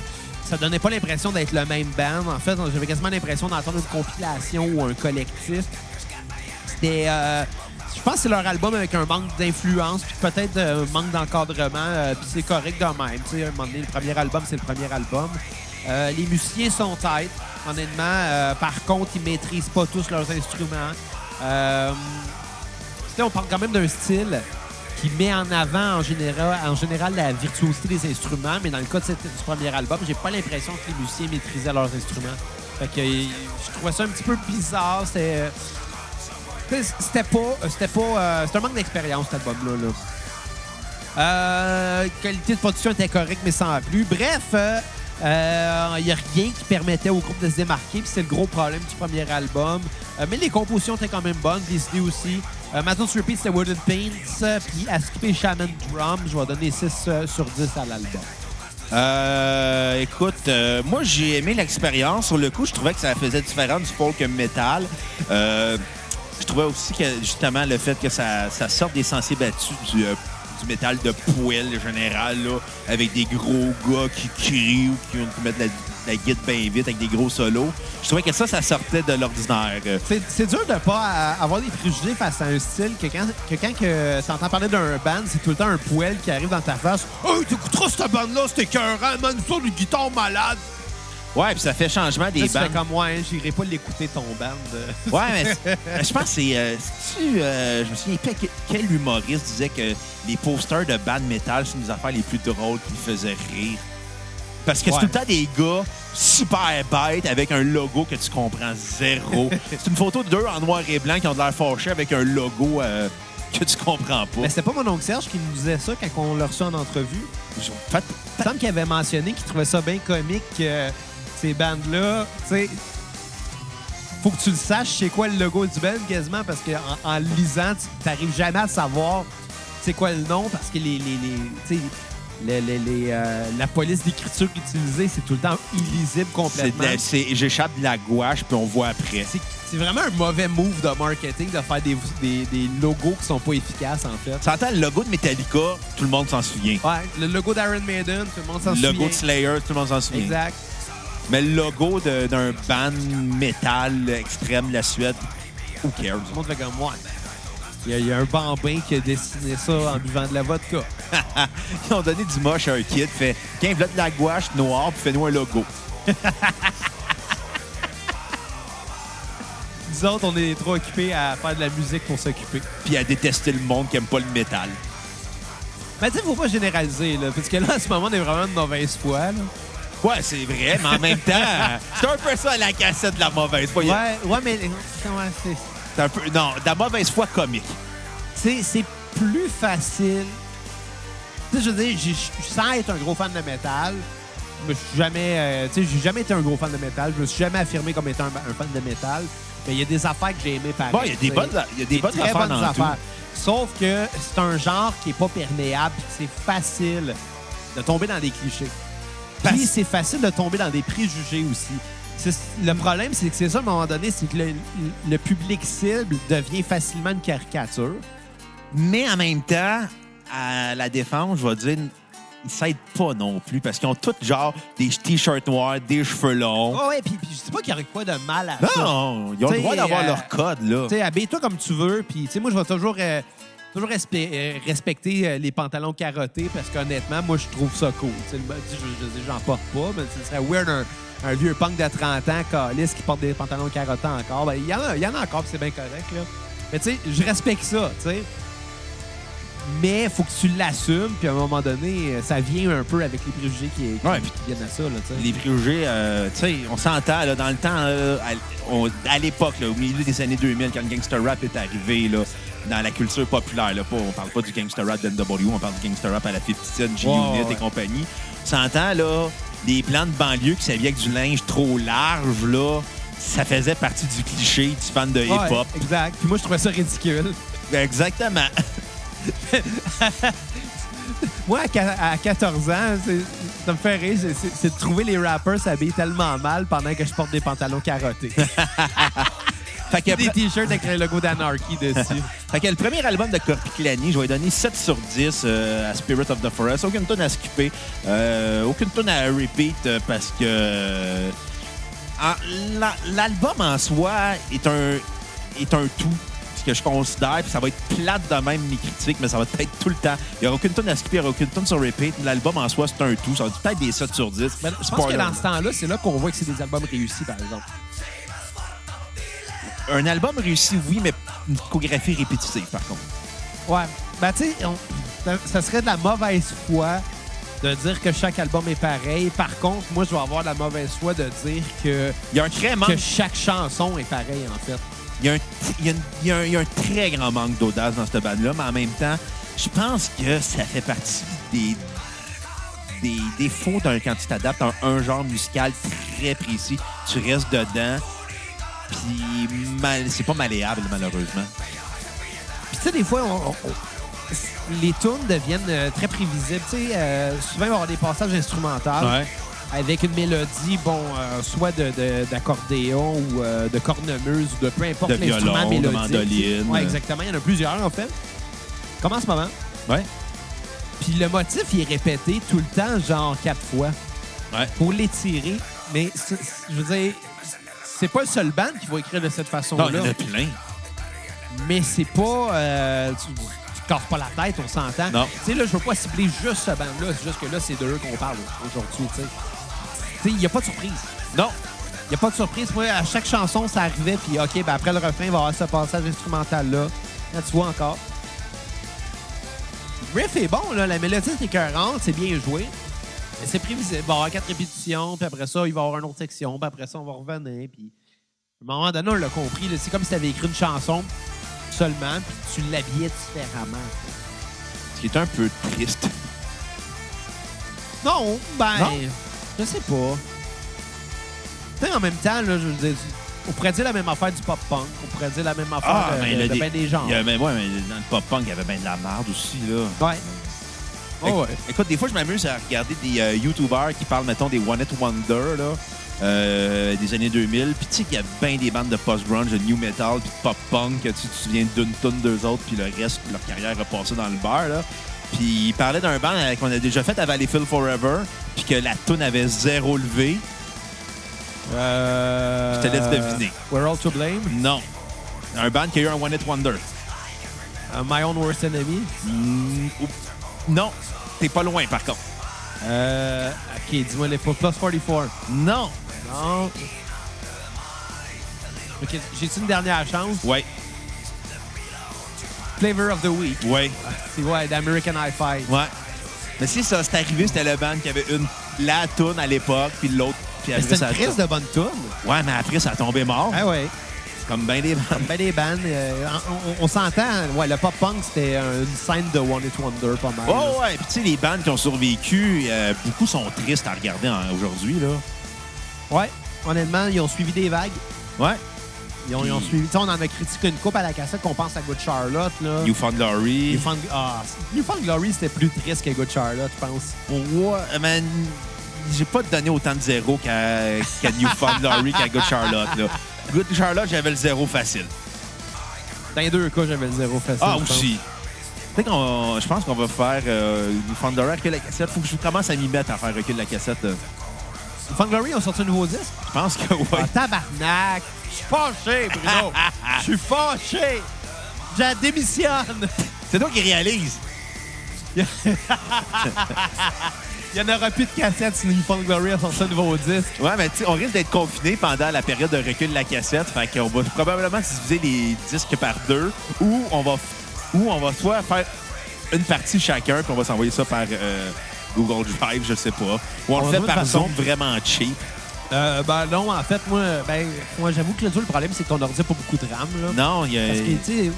[SPEAKER 2] ça donnait pas l'impression d'être le même band. En fait, j'avais quasiment l'impression d'entendre une compilation ou un collectif. C'était. euh, je pense que c'est leur album avec un manque d'influence, puis peut-être euh, un manque d'encadrement, euh, puis c'est correct de même. Tu sais, à un moment donné, le premier album, c'est le premier album. Euh, les musiciens sont têtes, honnêtement. Euh, par contre, ils maîtrisent pas tous leurs instruments. Euh, tu sais, on parle quand même d'un style qui met en avant en général, en général la virtuosité des instruments, mais dans le cas de cette- du premier album, j'ai pas l'impression que les musiciens maîtrisaient leurs instruments. Fait que euh, je trouvais ça un petit peu bizarre. C'était euh, tu sais, c'était pas, euh, c'était pas, euh, c'était un manque d'expérience cet album-là. là. Euh, qualité de production était correcte, mais sans plus. Bref, il n'y a rien qui permettait au groupe de se démarquer, puis c'est le gros problème du premier album. Euh, mais les compositions étaient quand même bonnes, les idées aussi. Euh, ma tune sur repeat, c'était Wooden Paints, euh, puis à skipper Shaman Drum, je vais donner 6 sur 10 à l'album.
[SPEAKER 1] Euh, écoute, euh, moi j'ai aimé l'expérience. Sur le coup, je trouvais que ça faisait différent du folk metal. Euh, je trouvais aussi que justement le fait que ça, ça sorte des sentiers battus du, euh, du métal de poêle général, là, avec des gros gars qui crient ou qui, qui mettent la, la guide bien vite avec des gros solos. Je trouvais que ça, ça sortait de l'ordinaire. Euh,
[SPEAKER 2] C'est c'est dur de pas euh, avoir des préjugés face à un style que quand que, quand que t'entends parler d'un band, c'est tout le temps un poêle qui arrive dans ta face. Hey, t'écouteras cette bande-là, c'était écœurant, man, ça, du guitare malade.
[SPEAKER 1] Ouais, puis ça fait changement des
[SPEAKER 2] Là, tu fais
[SPEAKER 1] bandes.
[SPEAKER 2] comme moi, hein, j'irai pas l'écouter ton band. euh.
[SPEAKER 1] Ouais, mais c'est- mais je pense que c'est. euh, c'est-tu, euh, je me souviens pas que- quel humoriste disait que les posters de band metal, c'est une des affaires les plus drôles qui me faisaient rire. Parce que
[SPEAKER 2] Ouais.
[SPEAKER 1] c'est tout le temps des gars super bêtes avec un logo que tu comprends zéro. c'est une photo de deux en noir et blanc qui ont de l'air fâchés avec un logo euh, que tu comprends pas.
[SPEAKER 2] Mais c'était pas mon oncle Serge qui nous disait ça quand on l'a reçu en entrevue.
[SPEAKER 1] Fait-
[SPEAKER 2] Il me semble qu'il avait mentionné qu'il trouvait ça bien comique que euh, ces bandes-là, tu sais, faut que tu le saches, c'est quoi le logo du band quasiment, parce qu'en en, en le lisant, tu n'arrives jamais à savoir c'est quoi le nom, parce que les, les, les- tu sais, les- les- les, euh, la police d'écriture utilisée, c'est tout le temps illisible
[SPEAKER 1] c'est de
[SPEAKER 2] complètement.
[SPEAKER 1] la- c'est- J'échappe de la gouache, puis on voit après.
[SPEAKER 2] C'est c'est vraiment un mauvais move de marketing de faire des, des- des logos qui sont pas efficaces, en fait.
[SPEAKER 1] T'entends le logo de Metallica, tout le monde s'en souvient.
[SPEAKER 2] Ouais, le logo d'Iron Maiden, tout le monde s'en
[SPEAKER 1] Le
[SPEAKER 2] souvient.
[SPEAKER 1] logo de Slayer, tout le monde s'en souvient.
[SPEAKER 2] Exact.
[SPEAKER 1] Mais le logo de- d'un band métal extrême de la Suède, who cares?
[SPEAKER 2] Tout le monde fait comme moi. Il y, a, il y a un bambin qui a dessiné ça en buvant de la vodka.
[SPEAKER 1] Ils ont donné du moche à un kid, fait « Tiens, v'là de la gouache noire, puis fais-nous un logo.
[SPEAKER 2] Nous autres, on est trop occupés à faire de la musique pour s'occuper. »
[SPEAKER 1] Puis à détester le monde qui aime pas le métal.
[SPEAKER 2] Mais tu sais, faut pas généraliser, là. Parce que là, en ce moment, on est vraiment de mauvaise foi, là.
[SPEAKER 1] Ouais, c'est vrai, mais en même temps, c'est un peu ça la cassette de la mauvaise foi.
[SPEAKER 2] Ouais, ouais, mais comment c'est...
[SPEAKER 1] C'est un peu, non, de la mauvaise foi comique.
[SPEAKER 2] c'est, c'est plus facile. Tu sais, je veux dire, j'ai- je je sens être un gros fan de métal. mais Je suis jamais, euh, tu sais, j'ai jamais été un gros fan de métal. Je me suis jamais affirmé comme étant un, un fan de métal. Mais il y a des affaires que j'ai aimées pareil.
[SPEAKER 1] Bon, il y a des
[SPEAKER 2] tu sais.
[SPEAKER 1] bonnes- il y a des bonnes
[SPEAKER 2] très
[SPEAKER 1] affaires
[SPEAKER 2] bonnes
[SPEAKER 1] dans
[SPEAKER 2] affaires. Sauf que c'est un genre qui est pas perméable. puis C'est facile de tomber dans des clichés. Puis
[SPEAKER 1] Parce-
[SPEAKER 2] c'est facile de tomber dans des préjugés aussi. C'est- Le problème, c'est que c'est ça, à un moment donné, c'est que le, le public cible devient facilement une caricature.
[SPEAKER 1] Mais en même temps, à la défense, je vais dire, ils s'aident pas non plus, parce qu'ils ont tous genre des t-shirts noirs, des cheveux longs.
[SPEAKER 2] Oh Ouais, ouais, puis, puis je sais pas qu'il y aurait quoi de mal à ça.
[SPEAKER 1] Non, ils ont
[SPEAKER 2] T'sais,
[SPEAKER 1] le droit d'avoir
[SPEAKER 2] euh,
[SPEAKER 1] leur code, là.
[SPEAKER 2] Tu sais, habille-toi comme tu veux, puis tu sais, moi, je vais toujours, euh, toujours respect- euh, respecter euh, les pantalons carottés parce qu'honnêtement, moi, je trouve ça cool. Tu sais, le- tu sais, je- je- je- j'en porte pas, mais ce serait weird un, un vieux punk de 30 ans, calice, qui porte des pantalons carottés encore. Ben, Il y, en a- il y en a encore, puis c'est bien correct, là. Mais tu sais, je respecte ça, tu sais. Mais faut que tu l'assumes, puis à un moment donné, euh, ça vient un peu avec les préjugés qui, qui-
[SPEAKER 1] Ouais, puis-
[SPEAKER 2] qui viennent à ça, là, tu sais.
[SPEAKER 1] Les préjugés, euh, tu sais, on s'entend, là, dans le temps, là, à, on- à l'époque, là, au milieu des années 2000, quand le gangster rap est arrivé, là, dans la culture populaire, là, pas, on parle pas du gangster rap d'NW, on parle du gangster rap à la 50 Cent, G-Unit
[SPEAKER 2] Ouais, ouais.
[SPEAKER 1] et compagnie. On s'entend, là, des plans de banlieue qui s'habillaient avec du linge trop large, là, ça faisait partie du cliché du fan de
[SPEAKER 2] Ouais,
[SPEAKER 1] hip-hop.
[SPEAKER 2] exact. Puis moi, je trouvais ça ridicule.
[SPEAKER 1] Exactement.
[SPEAKER 2] Moi, à qua- à 14 ans, c'est- ça me fait rire, c'est- c'est c'est de trouver les rappers s'habiller tellement mal pendant que je porte des pantalons carottés.
[SPEAKER 1] Fait que,
[SPEAKER 2] des t-shirts avec le logo d'Anarchy dessus.
[SPEAKER 1] fait que le premier album de Corpiclani, je vais donner 7 sur 10 euh, à Spirit of the Forest. Aucune tonne à skipper, euh, aucune tonne à repeat euh, parce que euh, en- la- l'album en soi est un, est un tout. Ce que je considère, puis ça va être plate de même mes critiques, mais ça va être tout le temps. Il n'y aura aucune tonne à skipper, il n'y aura aucune tonne sur repeat. L'album en soi, c'est un tout. Ça va être peut-être des 7 sur 10.
[SPEAKER 2] Mais je pense
[SPEAKER 1] Spoiler.
[SPEAKER 2] que dans ce temps-là, c'est là qu'on voit que c'est des albums réussis, par exemple.
[SPEAKER 1] Un album réussi, oui, mais une discographie répétitive, par contre.
[SPEAKER 2] Ouais. Ben, tu sais, on- ça, ça serait de la mauvaise foi de dire que chaque album est pareil. Par contre, moi, je vais avoir de la mauvaise foi de dire que,
[SPEAKER 1] Il y a un très manque
[SPEAKER 2] que chaque chanson est pareille, en fait.
[SPEAKER 1] Il y, a un, il, y a une- il y a un- il y a un très grand manque d'audace dans cette bande-là, mais en même temps, je pense que ça fait partie des, des défauts d'un quand tu t'adaptes à un genre musical très précis. Tu restes dedans, puis mal- c'est pas malléable, malheureusement.
[SPEAKER 2] Puis, tu sais, des fois, on- on- on- les tunes deviennent euh, très prévisibles. Tu sais, euh, souvent, il va y avoir des passages instrumentaux
[SPEAKER 1] Ah,
[SPEAKER 2] avec une mélodie, bon, euh, soit de- de- d'accordéon ou euh, de cornemuse ou de peu importe
[SPEAKER 1] De violon,
[SPEAKER 2] l'instrument
[SPEAKER 1] de
[SPEAKER 2] mélodique.
[SPEAKER 1] mandoline.
[SPEAKER 2] Ouais, exactement. Il y en a plusieurs, en fait. Comme en ce moment.
[SPEAKER 1] Ouais.
[SPEAKER 2] Puis le motif, il est répété tout le temps, genre quatre fois.
[SPEAKER 1] Ouais.
[SPEAKER 2] Pour l'étirer. Mais c'est- c'est- je veux dire, c'est pas le seul band qui va écrire de cette
[SPEAKER 1] Non, il y en
[SPEAKER 2] façon-là.
[SPEAKER 1] a plein.
[SPEAKER 2] Mais c'est pas. euh, tu tu te casses pas la tête, on s'entend.
[SPEAKER 1] Non.
[SPEAKER 2] Tu sais, là, je veux pas cibler juste ce band-là. C'est juste que là, c'est de eux qu'on parle aujourd'hui, tu sais. Tu sais, il y a pas de surprise.
[SPEAKER 1] Non,
[SPEAKER 2] Il a pas de surprise. Moi, à chaque chanson, ça arrivait. Puis, OK, ben après le refrain, il va y avoir ce passage instrumental-là. Là, tu vois encore. Le riff est bon, là. La mélodie est écœurante. C'est bien joué. Mais c'est prévisible. Il va y avoir quatre répétitions. Puis après ça, il va y avoir une autre section. Puis après ça, on va revenir. Puis, à un moment donné, on l'a compris. là. C'est comme si tu avais écrit une chanson seulement. Puis tu l'habillais différemment.
[SPEAKER 1] ce qui est un peu triste.
[SPEAKER 2] Non, ben.
[SPEAKER 1] Non?
[SPEAKER 2] Je sais pas. Tu sais, en même temps, là, je veux dire, on pourrait dire la même affaire du pop-punk, on pourrait dire la même affaire de,
[SPEAKER 1] mais
[SPEAKER 2] de-
[SPEAKER 1] le
[SPEAKER 2] de
[SPEAKER 1] dé-
[SPEAKER 2] ben des genres.
[SPEAKER 1] Ah, il y a- ben ouais, mais dans le pop-punk, il y avait bien de la merde aussi, là.
[SPEAKER 2] Ouais. Oh, ouais.
[SPEAKER 1] Écoute, des fois, je m'amuse à regarder des euh, YouTubers qui parlent, mettons, des One It Wonder, là, euh, des années 2000. Puis tu sais qu'il y a bien des bandes de post-grunge, de new metal, puis de pop-punk, que tu tu te souviens d'une tonne, deux autres, puis le reste, leur carrière a passé dans le beurre, là. Puis il parlait d'un band euh, qu'on a déjà fait à Valleyfield Forever, puis que la tune avait zéro levé.
[SPEAKER 2] Euh,
[SPEAKER 1] Je te laisse deviner.
[SPEAKER 2] We're All to Blame,
[SPEAKER 1] Non. Un band qui a eu un One It Wonder.
[SPEAKER 2] euh, My Own Worst Enemy.
[SPEAKER 1] Mm, ou- non. T'es pas loin, par contre.
[SPEAKER 2] Euh, ok, dis-moi les pas. Plus 44.
[SPEAKER 1] Non.
[SPEAKER 2] Non. Ok, j'ai-tu une dernière chance?
[SPEAKER 1] Ouais,
[SPEAKER 2] Flavor of the Week. Ah,
[SPEAKER 1] ouais.
[SPEAKER 2] C'est ouais, d'American Hi-Fi.
[SPEAKER 1] Ouais. Mais si ça, c'est arrivé, c'était le band qui avait une la toune à l'époque, puis l'autre, puis après
[SPEAKER 2] C'est
[SPEAKER 1] ça.
[SPEAKER 2] une crise de bonne tune.
[SPEAKER 1] Ouais, mais après ça a tombé mort,
[SPEAKER 2] Ah ouais.
[SPEAKER 1] comme bien des bandes.
[SPEAKER 2] Ben des bandes, euh, on, on- on s'entend. Ouais, le pop-punk, c'était euh, une scène de One It Wonder, pas mal. là.
[SPEAKER 1] Oh ouais, puis tu sais, les bandes qui ont survécu, euh, beaucoup sont tristes à regarder en- aujourd'hui, là.
[SPEAKER 2] Ouais, honnêtement, ils ont suivi des vagues.
[SPEAKER 1] Ouais.
[SPEAKER 2] Ils ont, ils ont suivi. tu sais, on en a critiqué une coupe à la cassette qu'on pense à Good Charlotte. Là.
[SPEAKER 1] Newfound Glory.
[SPEAKER 2] Newfound ah, Newfound Glory, c'était plus triste que Good Charlotte, je pense.
[SPEAKER 1] Ouais, man. J'ai pas donné autant de zéro qu'à qu'à Newfound Glory, qu'à Good Charlotte, là. Good Charlotte, j'avais le zéro facile.
[SPEAKER 2] Dans les deux cas, j'avais le zéro facile.
[SPEAKER 1] Ah,
[SPEAKER 2] je pense.
[SPEAKER 1] aussi. Peut-être qu'on. Je pense qu'on va faire euh, Newfound Glory, recul la cassette. Faut que je commence à m'y mettre à faire recul la cassette. euh.
[SPEAKER 2] Newfound Glory, ont sorti un nouveau disque.
[SPEAKER 1] Je pense que
[SPEAKER 2] Ah,
[SPEAKER 1] oui.
[SPEAKER 2] tabarnak! Je suis fâché, Bruno! Je suis fâché! Je démissionne!
[SPEAKER 1] C'est toi qui réalise.
[SPEAKER 2] Il n'y en aura plus de cassettes si Newfound Glory a sorti un nouveau disque.
[SPEAKER 1] Ouais, mais tu sais, on risque d'être confinés pendant la période de recul de la cassette. Fait qu'on va probablement diviser les disques par deux ou on va, ou on va soit faire une partie chacun puis on va s'envoyer ça par euh, Google Drive, je sais pas. Ou on,
[SPEAKER 2] On
[SPEAKER 1] le fait
[SPEAKER 2] doit de
[SPEAKER 1] par
[SPEAKER 2] façon-
[SPEAKER 1] zone vraiment cheap.
[SPEAKER 2] Euh, ben non, en fait, moi, ben, moi j'avoue que Claudio, le problème, c'est que ton ordi n'a pas beaucoup de RAM. Là.
[SPEAKER 1] Non, il y a.
[SPEAKER 2] Parce que, tu sais,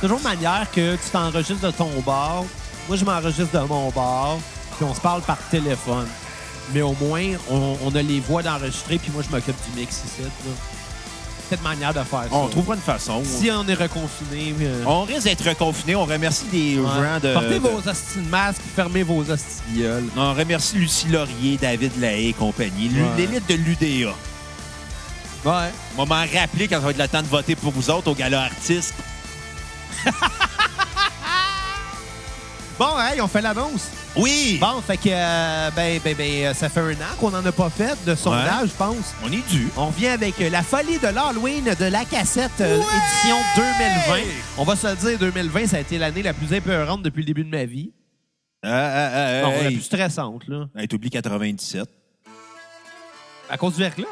[SPEAKER 2] toujours manière que tu t'enregistres de ton bar, moi, je m'enregistre de mon bar, puis on se parle par téléphone. Mais au moins, on, on a les voix d'enregistrer, puis moi, je m'occupe du mix ici. là. peut-être manière de faire ça.
[SPEAKER 1] On trouvera une façon.
[SPEAKER 2] Si on est reconfiné. euh,
[SPEAKER 1] On risque d'être reconfinés. On remercie des
[SPEAKER 2] ouais.
[SPEAKER 1] gens de.
[SPEAKER 2] Portez
[SPEAKER 1] de-
[SPEAKER 2] vos hosties de masque, fermez vos hosties de gueules.
[SPEAKER 1] On remercie Lucie Laurier, David Lahaye et compagnie. L'u-
[SPEAKER 2] Ouais.
[SPEAKER 1] L'élite de l'UDA.
[SPEAKER 2] Ouais.
[SPEAKER 1] On va m'en rappeler quand ça va être le temps de voter pour vous autres au gala artiste.
[SPEAKER 2] Bon, hey, on fait l'annonce.
[SPEAKER 1] Oui!
[SPEAKER 2] Bon, fait que, euh, ben, ben, ben, euh, ça fait un an qu'on n'en a pas fait de sondage, je pense.
[SPEAKER 1] On est dû.
[SPEAKER 2] On vient avec euh, la folie de l'Halloween de la cassette euh,
[SPEAKER 1] Ouais!
[SPEAKER 2] édition 2020. On va se le dire, 2020, ça a été l'année la plus épeurante depuis le début de ma vie.
[SPEAKER 1] Ah, ah, ah,
[SPEAKER 2] Non, la
[SPEAKER 1] hey.
[SPEAKER 2] plus stressante, là.
[SPEAKER 1] Hey, t'oublies 97.
[SPEAKER 2] À cause du verglas.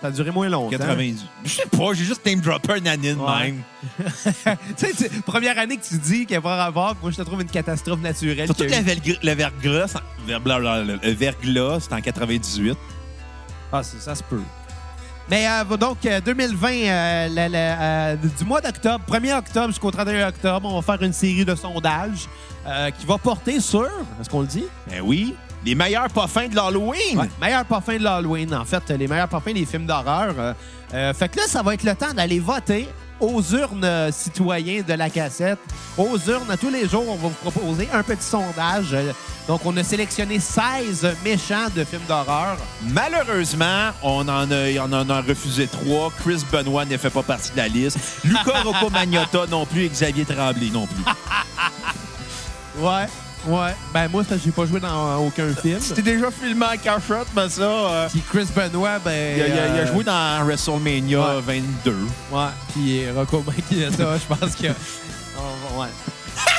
[SPEAKER 2] Ça a duré moins longtemps.
[SPEAKER 1] 90. Je sais pas, j'ai juste name dropper nanine
[SPEAKER 2] Ouais.
[SPEAKER 1] même.
[SPEAKER 2] tu sais, tu- première année que tu dis qu'il va y avoir à voir, moi, je te trouve une catastrophe naturelle.
[SPEAKER 1] Surtout
[SPEAKER 2] qu'il
[SPEAKER 1] que
[SPEAKER 2] y a
[SPEAKER 1] la
[SPEAKER 2] eu.
[SPEAKER 1] velgr- le verglas, c'est- ver- blablabla, le verglas, c'est en 98.
[SPEAKER 2] Ah, c'est- ça se peut. Mais euh, donc, euh, 2020, euh, la- la- euh, du mois d'octobre, 1er octobre jusqu'au 31 octobre, on va faire une série de sondages euh, qui va porter sur, est-ce qu'on le dit?
[SPEAKER 1] Ben oui, les meilleurs parfums de l'Halloween.
[SPEAKER 2] Ouais, meilleur parfum de l'Halloween, en fait, les meilleurs parfums des films d'horreur. euh, euh, fait que là, ça va être le temps d'aller voter aux urnes euh, citoyens de la cassette. Aux urnes, à tous les jours, on va vous proposer un petit sondage. Euh, Donc, on a sélectionné 16 méchants de films d'horreur.
[SPEAKER 1] Malheureusement, on en a, on en a refusé trois. Chris Benoit ne fait pas partie de la liste. Luca Rocco Magnotta non plus et Xavier Tremblay non plus.
[SPEAKER 2] Ouais, ouais. Ben, moi, ça, j'ai pas joué dans euh, aucun film.
[SPEAKER 1] C'était déjà filmé en cachette, mais ça... euh,
[SPEAKER 2] Puis Chris Benoit, ben.
[SPEAKER 1] il, a, il a- il a
[SPEAKER 2] euh,
[SPEAKER 1] joué dans WrestleMania
[SPEAKER 2] ouais.
[SPEAKER 1] 22.
[SPEAKER 2] Ouais, puis euh, Rocco Maquilletta, je pense que. on va- ouais.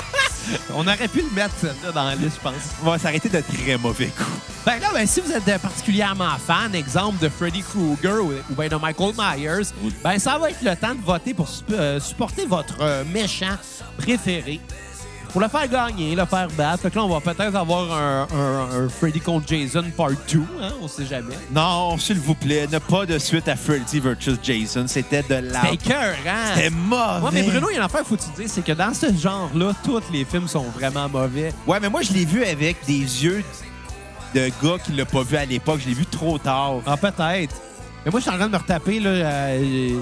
[SPEAKER 2] on aurait pu le mettre, celle-là, dans la liste, je pense.
[SPEAKER 1] On va s'arrêter de très mauvais coups.
[SPEAKER 2] Ben là, ben, si vous êtes euh, particulièrement fan, exemple de Freddy Krueger ou, ou ben de Michael Myers,
[SPEAKER 1] Oui.
[SPEAKER 2] ben ça va être le temps de voter pour sup- euh, supporter votre euh, méchant préféré. Pour le faire gagner, le faire battre. Fait que là, on va peut-être avoir un, un- un Freddy contre Jason Part 2, hein, on sait jamais.
[SPEAKER 1] Non, s'il vous plaît, ne pas de suite à Freddy versus Jason. C'était de la...
[SPEAKER 2] C'était écœurant!
[SPEAKER 1] Ah. C'était mauvais.
[SPEAKER 2] Ben, hein. Ouais, mais Bruno, il y a une affaire, faut-tu dire, c'est que dans ce genre-là, tous les films sont vraiment mauvais.
[SPEAKER 1] Ouais, mais moi, je l'ai vu avec des yeux de gars qui l'a pas vu à l'époque. Je l'ai vu trop tard.
[SPEAKER 2] Ah, peut-être. Mais moi, je suis en train de me retaper, là. euh,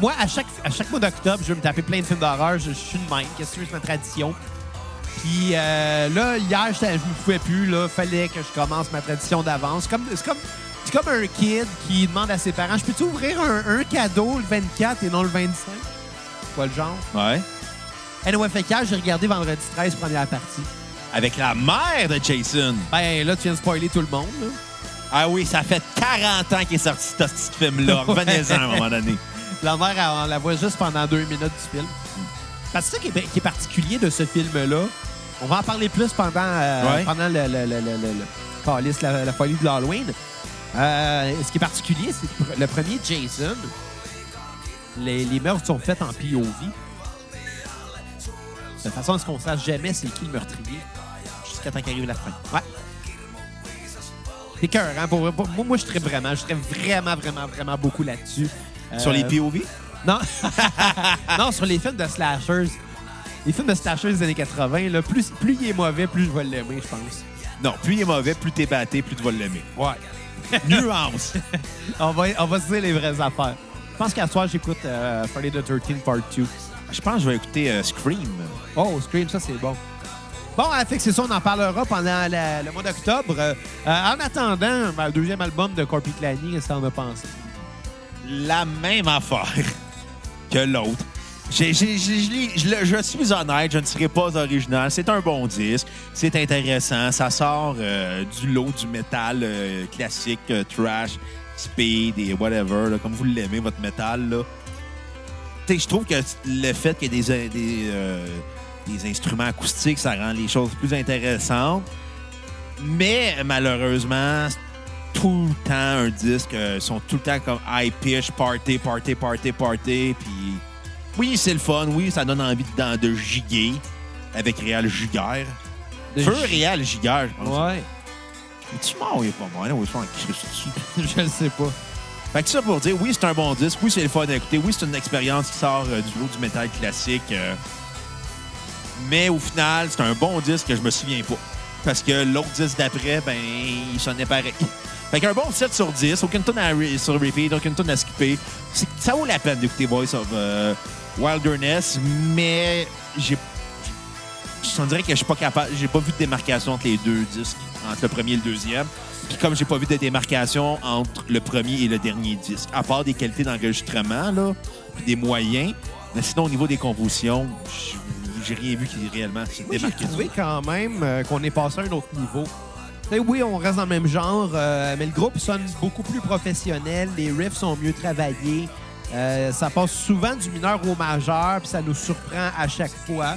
[SPEAKER 2] moi, à chaque, à chaque mois d'octobre, je vais me taper plein de films d'horreur. Je, je suis de même. Qu'est-ce que c'est, c'est ma tradition? Puis euh, là, hier, j'étais- je ne pouvais plus. Là, fallait que je commence ma tradition d'avance. C'est comme, c'est comme, c'est comme un kid qui demande à ses parents Je peux-tu ouvrir un, un cadeau le 24 et non le 25 C'est Pas le genre.
[SPEAKER 1] Ouais.
[SPEAKER 2] Anyway, fait qu'hier, j'ai regardé vendredi 13, première partie.
[SPEAKER 1] Avec la mère de Jason.
[SPEAKER 2] Ben là, tu viens de spoiler tout le monde. là.
[SPEAKER 1] Ah oui, ça fait 40 ans qu'il est sorti ce petit film-là.
[SPEAKER 2] Ouais.
[SPEAKER 1] Revenez-en à un moment donné.
[SPEAKER 2] La mère, elle- on la voit juste pendant deux minutes du film. Parce que c'est ça qui est, qui est particulier de ce film-là. On va en parler plus pendant, euh,
[SPEAKER 1] Ouais.
[SPEAKER 2] pendant le, le- le- le- le- le- Calice, la, la folie de l'Halloween. Euh, ce qui est particulier, c'est que pr- le premier Jason, les, les meurtres sont faits en POV. De façon à ce qu'on sache jamais c'est qui le meurtrier jusqu'à temps qu'arrive la fin. Ouais. C'est cœur, hein? Pour, pour- moi, moi, je serais vraiment, je serais vraiment, vraiment, vraiment beaucoup là-dessus.
[SPEAKER 1] Sur les
[SPEAKER 2] Euh,
[SPEAKER 1] POV?
[SPEAKER 2] non. non, sur les films de slashers. Les films de slashers des années 80, là, plus, plus il est mauvais, plus je vais l'aimer, je pense.
[SPEAKER 1] Non, plus il est mauvais, plus t'es batté, plus tu vas l'aimer.
[SPEAKER 2] Ouais.
[SPEAKER 1] Nuance.
[SPEAKER 2] on, va, on va se dire les vraies affaires. Je pense qu'à soir, j'écoute euh, Friday the 13 Part 2.
[SPEAKER 1] Je pense que je vais écouter euh, Scream.
[SPEAKER 2] Oh, Scream, ça, c'est bon. Bon, euh, fait que c'est ça, on en parlera pendant la- le mois d'octobre. Euh, euh, en attendant, ben, le deuxième album de Corpy Clanny, qu'est-ce que t'en as pensé?
[SPEAKER 1] La même affaire que l'autre. J'ai- j'ai- j'ai- je l'ai- je le- je suis honnête, je ne serai pas original. C'est un bon disque, c'est intéressant, ça sort euh, du lot du métal euh, classique, euh, trash, speed et whatever, là, comme vous l'aimez, votre métal. là. Tu sais, je trouve que le fait qu'il y ait des, des, euh, des instruments acoustiques, ça rend les choses plus intéressantes. Mais malheureusement, c'est tout le temps un disque, euh, ils sont tout le temps comme high pitch, party, party, party, party. Puis oui, c'est le fun, oui, ça donne envie de, de giguer avec Réal Giguère.
[SPEAKER 2] De
[SPEAKER 1] Feu
[SPEAKER 2] J-
[SPEAKER 1] Réal Giguère, je pense.
[SPEAKER 2] Ouais,
[SPEAKER 1] Tu m'en pas moi, là, oui, je suis en crise dessus.
[SPEAKER 2] je le sais pas.
[SPEAKER 1] Fait que ça pour dire, oui, c'est un bon disque, oui, c'est le fun à écouter, oui, c'est une expérience qui sort euh, du lot du métal classique. euh, mais au final, c'est un bon disque que je me souviens pas. Parce que l'autre disque d'après, ben, il sonnait pareil. Fait qu'un bon 7 sur 10, aucune tonne à re- sur repeat, aucune tonne à skipper. C'est- Ça vaut la peine d'écouter Voice of euh, Wilderness, mais j'ai. Je dirais que je suis pas capable. J'ai pas vu de démarcation entre les deux disques, entre le premier et le deuxième. Puis comme j'ai pas vu de démarcation entre le premier et le dernier disque, à part des qualités d'enregistrement, là, puis des moyens. Mais sinon, au niveau des compositions, j- j'ai rien vu qui réellement se
[SPEAKER 2] Moi, j'ai
[SPEAKER 1] démarquait.
[SPEAKER 2] trouvé quand même euh, qu'on est passé à un autre niveau. Tu sais, oui, on reste dans le même genre, euh, mais le groupe sonne beaucoup plus professionnel. Les riffs sont mieux travaillés. Euh, ça passe souvent du mineur au majeur, puis ça nous surprend à chaque fois.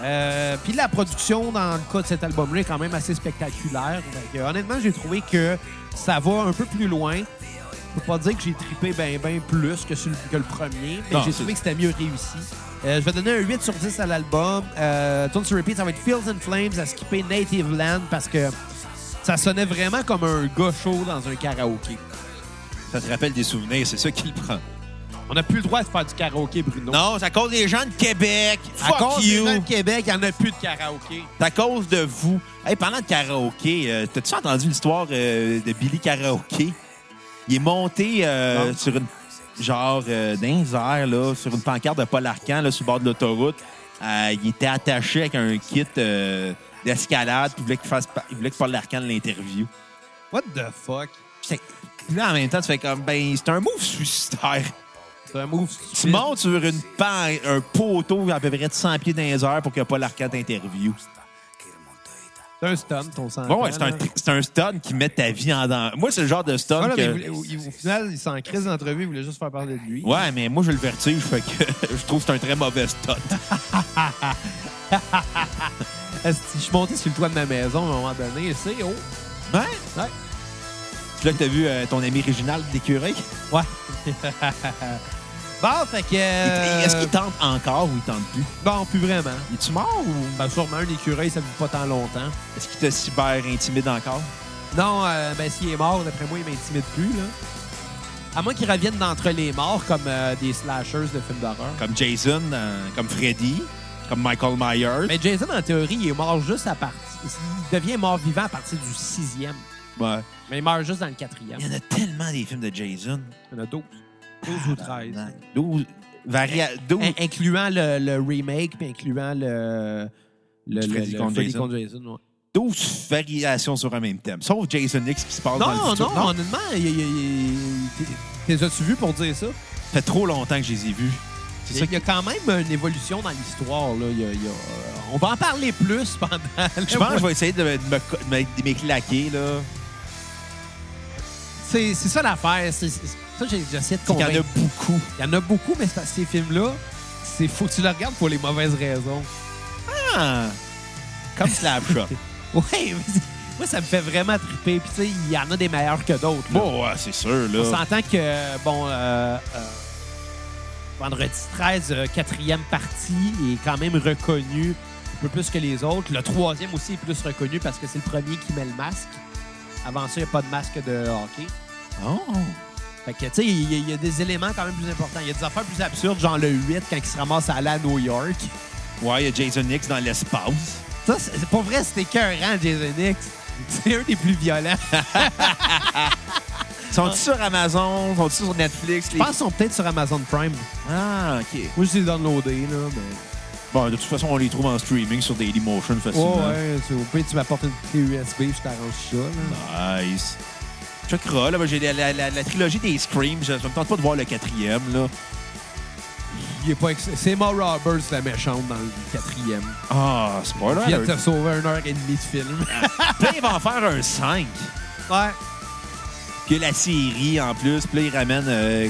[SPEAKER 2] Euh, puis la production, dans le cas de cet album-là, est quand même assez spectaculaire. Fait que, honnêtement, j'ai trouvé que ça va un peu plus loin. Je peux pas dire que j'ai trippé bien ben plus que, sur le- que le premier, mais
[SPEAKER 1] Non,
[SPEAKER 2] j'ai
[SPEAKER 1] c'est-
[SPEAKER 2] trouvé que c'était mieux réussi. Euh, je vais donner un 8 sur 10 à l'album. Euh, Tune to Repeat, ça va être Fields and Flames à skipper Native Land parce que ça sonnait vraiment comme un gars chaud dans un karaoké.
[SPEAKER 1] Ça te rappelle des souvenirs, c'est ça qui le prend.
[SPEAKER 2] On n'a plus le droit de faire du karaoké, Bruno.
[SPEAKER 1] Non, c'est à cause des gens de Québec.
[SPEAKER 2] à cause des
[SPEAKER 1] you.
[SPEAKER 2] gens de Québec, il n'y en a plus de karaoké.
[SPEAKER 1] C'est à cause de vous. Hey, parlant de karaoké, euh, t'as-tu entendu l'histoire euh, de Billy Karaoké? Il est monté euh,
[SPEAKER 2] Non.
[SPEAKER 1] sur une genre euh, dans les airs, là, sur une pancarte de Paul Arcan là, sur le bord de l'autoroute. Euh, il était attaché avec un kit euh, d'escalade. puis Il voulait qu'il fasse pa- il voulait que Paul Arcan l'interview.
[SPEAKER 2] What the fuck?
[SPEAKER 1] Puis là, en même temps, tu fais comme ben c'est un move suicidaire.
[SPEAKER 2] C'est un move
[SPEAKER 1] Tu
[SPEAKER 2] stupide.
[SPEAKER 1] montes sur une pan- un poteau à peu près de 100 pieds dans les airs pour que Paul Arcan t'interviewe.
[SPEAKER 2] C'est un stun, ton sang. hein.
[SPEAKER 1] Bon, ouais, c'est un, tri- c'est un stun qui met ta vie en danger. Moi, c'est le genre de stun
[SPEAKER 2] Voilà, mais
[SPEAKER 1] que...
[SPEAKER 2] il voulait- il- au final, il s'en crise d'entrevue, il voulait juste faire parler de lui.
[SPEAKER 1] Ouais, mais moi, j'ai le vertige, fait que je trouve que c'est un très mauvais stun.
[SPEAKER 2] Esti, Je suis monté sur le toit de ma maison à un moment donné, c'est oh.
[SPEAKER 1] Ouais?
[SPEAKER 2] Ouais.
[SPEAKER 1] Puis là, t'as vu euh, ton ami original d'écureuil?
[SPEAKER 2] Ouais. bon, fait que. euh,
[SPEAKER 1] Est-ce qu'il tente encore ou il tente plus?
[SPEAKER 2] Bon, plus vraiment.
[SPEAKER 1] Il est-tu mort ou...
[SPEAKER 2] Ben, sûrement, un écureuil, ça ne vit pas tant longtemps.
[SPEAKER 1] Est-ce qu'il te cyber-intimide encore?
[SPEAKER 2] Non, euh, ben, s'il est mort, d'après moi, il m'intimide plus, là. À moins qu'il revienne d'entre les morts comme euh, des slashers de films d'horreur.
[SPEAKER 1] Comme Jason, euh, comme Freddy, comme Michael Myers.
[SPEAKER 2] Mais Jason, en théorie, il est mort juste à partir. Il devient mort vivant à partir du sixième.
[SPEAKER 1] Ouais.
[SPEAKER 2] Mais il meurt juste dans le quatrième.
[SPEAKER 1] Il y en a tellement des films de Jason.
[SPEAKER 2] Il y en a 12. 12 ou 13.
[SPEAKER 1] 12... Varia... 12...
[SPEAKER 2] In- incluant le, le remake, puis incluant le. Le,
[SPEAKER 1] Freddy contre Jason.
[SPEAKER 2] Jason, ouais.
[SPEAKER 1] 12 variations sur un même thème. Sauf Jason X qui se passe dans le
[SPEAKER 2] Non, non,
[SPEAKER 1] futur.
[SPEAKER 2] honnêtement, il- il- il- t'es- t'es as-tu vu pour dire ça?
[SPEAKER 1] Ça fait trop longtemps que je les ai vus. C'est
[SPEAKER 2] Il
[SPEAKER 1] ça
[SPEAKER 2] y a quand même une évolution dans l'histoire. là. Il y a- il y a, euh, on va en parler plus pendant le-
[SPEAKER 1] Je pense que je vais essayer de me, de me co- de me- de m'éclaquer, là.
[SPEAKER 2] C'est c'est ça l'affaire. C'est- c'est- Ça, j'ai- j'essaie de
[SPEAKER 1] C'est qu'il y en a
[SPEAKER 2] convaincre.
[SPEAKER 1] beaucoup.
[SPEAKER 2] Il y, en a beaucoup, mais c'est parce que ces films-là, c'est faut que tu les regardes pour les mauvaises raisons.
[SPEAKER 1] Ah! Comme Slapshot.
[SPEAKER 2] Oui, moi, ça me fait vraiment triper. Puis, tu sais, il y en a des meilleurs que d'autres. là.
[SPEAKER 1] bon, ouais, c'est sûr,
[SPEAKER 2] On
[SPEAKER 1] là.
[SPEAKER 2] s'entend que, bon, euh, euh, vendredi 13, euh, quatrième partie, est quand même reconnu un peu plus que les autres. Le troisième aussi est plus reconnu parce que c'est le premier qui met le masque. Avant ça, il n'y a pas de masque de hockey.
[SPEAKER 1] Oh.
[SPEAKER 2] Fait que, tu sais, il y, a- il y a des éléments quand même plus importants. Il y a des affaires plus absurdes, genre le 8 quand il se ramasse à aller à New York.
[SPEAKER 1] Ouais, il y a Jason X dans l'espace.
[SPEAKER 2] Ça, c'est c'est pour vrai, c'était écœurant, Jason X. C'est un des plus violents.
[SPEAKER 1] Sont-ils sur Amazon? Sont-ils sur Netflix?
[SPEAKER 2] Je
[SPEAKER 1] Les...
[SPEAKER 2] pense qu'ils sont peut-être sur Amazon Prime.
[SPEAKER 1] Ah, OK.
[SPEAKER 2] Moi, je les ai downloadés, là, mais...
[SPEAKER 1] Bon, de toute façon, on les trouve en streaming sur Dailymotion facilement.
[SPEAKER 2] ouais, c'est au pire, tu m'apportes une clé USB, je t'arrange ça. Là.
[SPEAKER 1] Nice. Chakra, là, ben, j'ai la, la- la- la trilogie des Screams. Je ne me tente pas de voir le quatrième, là.
[SPEAKER 2] Il est pas ex- C'est Ma Roberts, la méchante, dans le quatrième.
[SPEAKER 1] Ah, spoiler
[SPEAKER 2] Puis elle
[SPEAKER 1] alert.
[SPEAKER 2] t'a sauvé une heure et demie de film.
[SPEAKER 1] Puis là, ils vont en faire un 5.
[SPEAKER 2] ouais.
[SPEAKER 1] Puis il y a la série, en plus. Puis là, ils ramènent euh,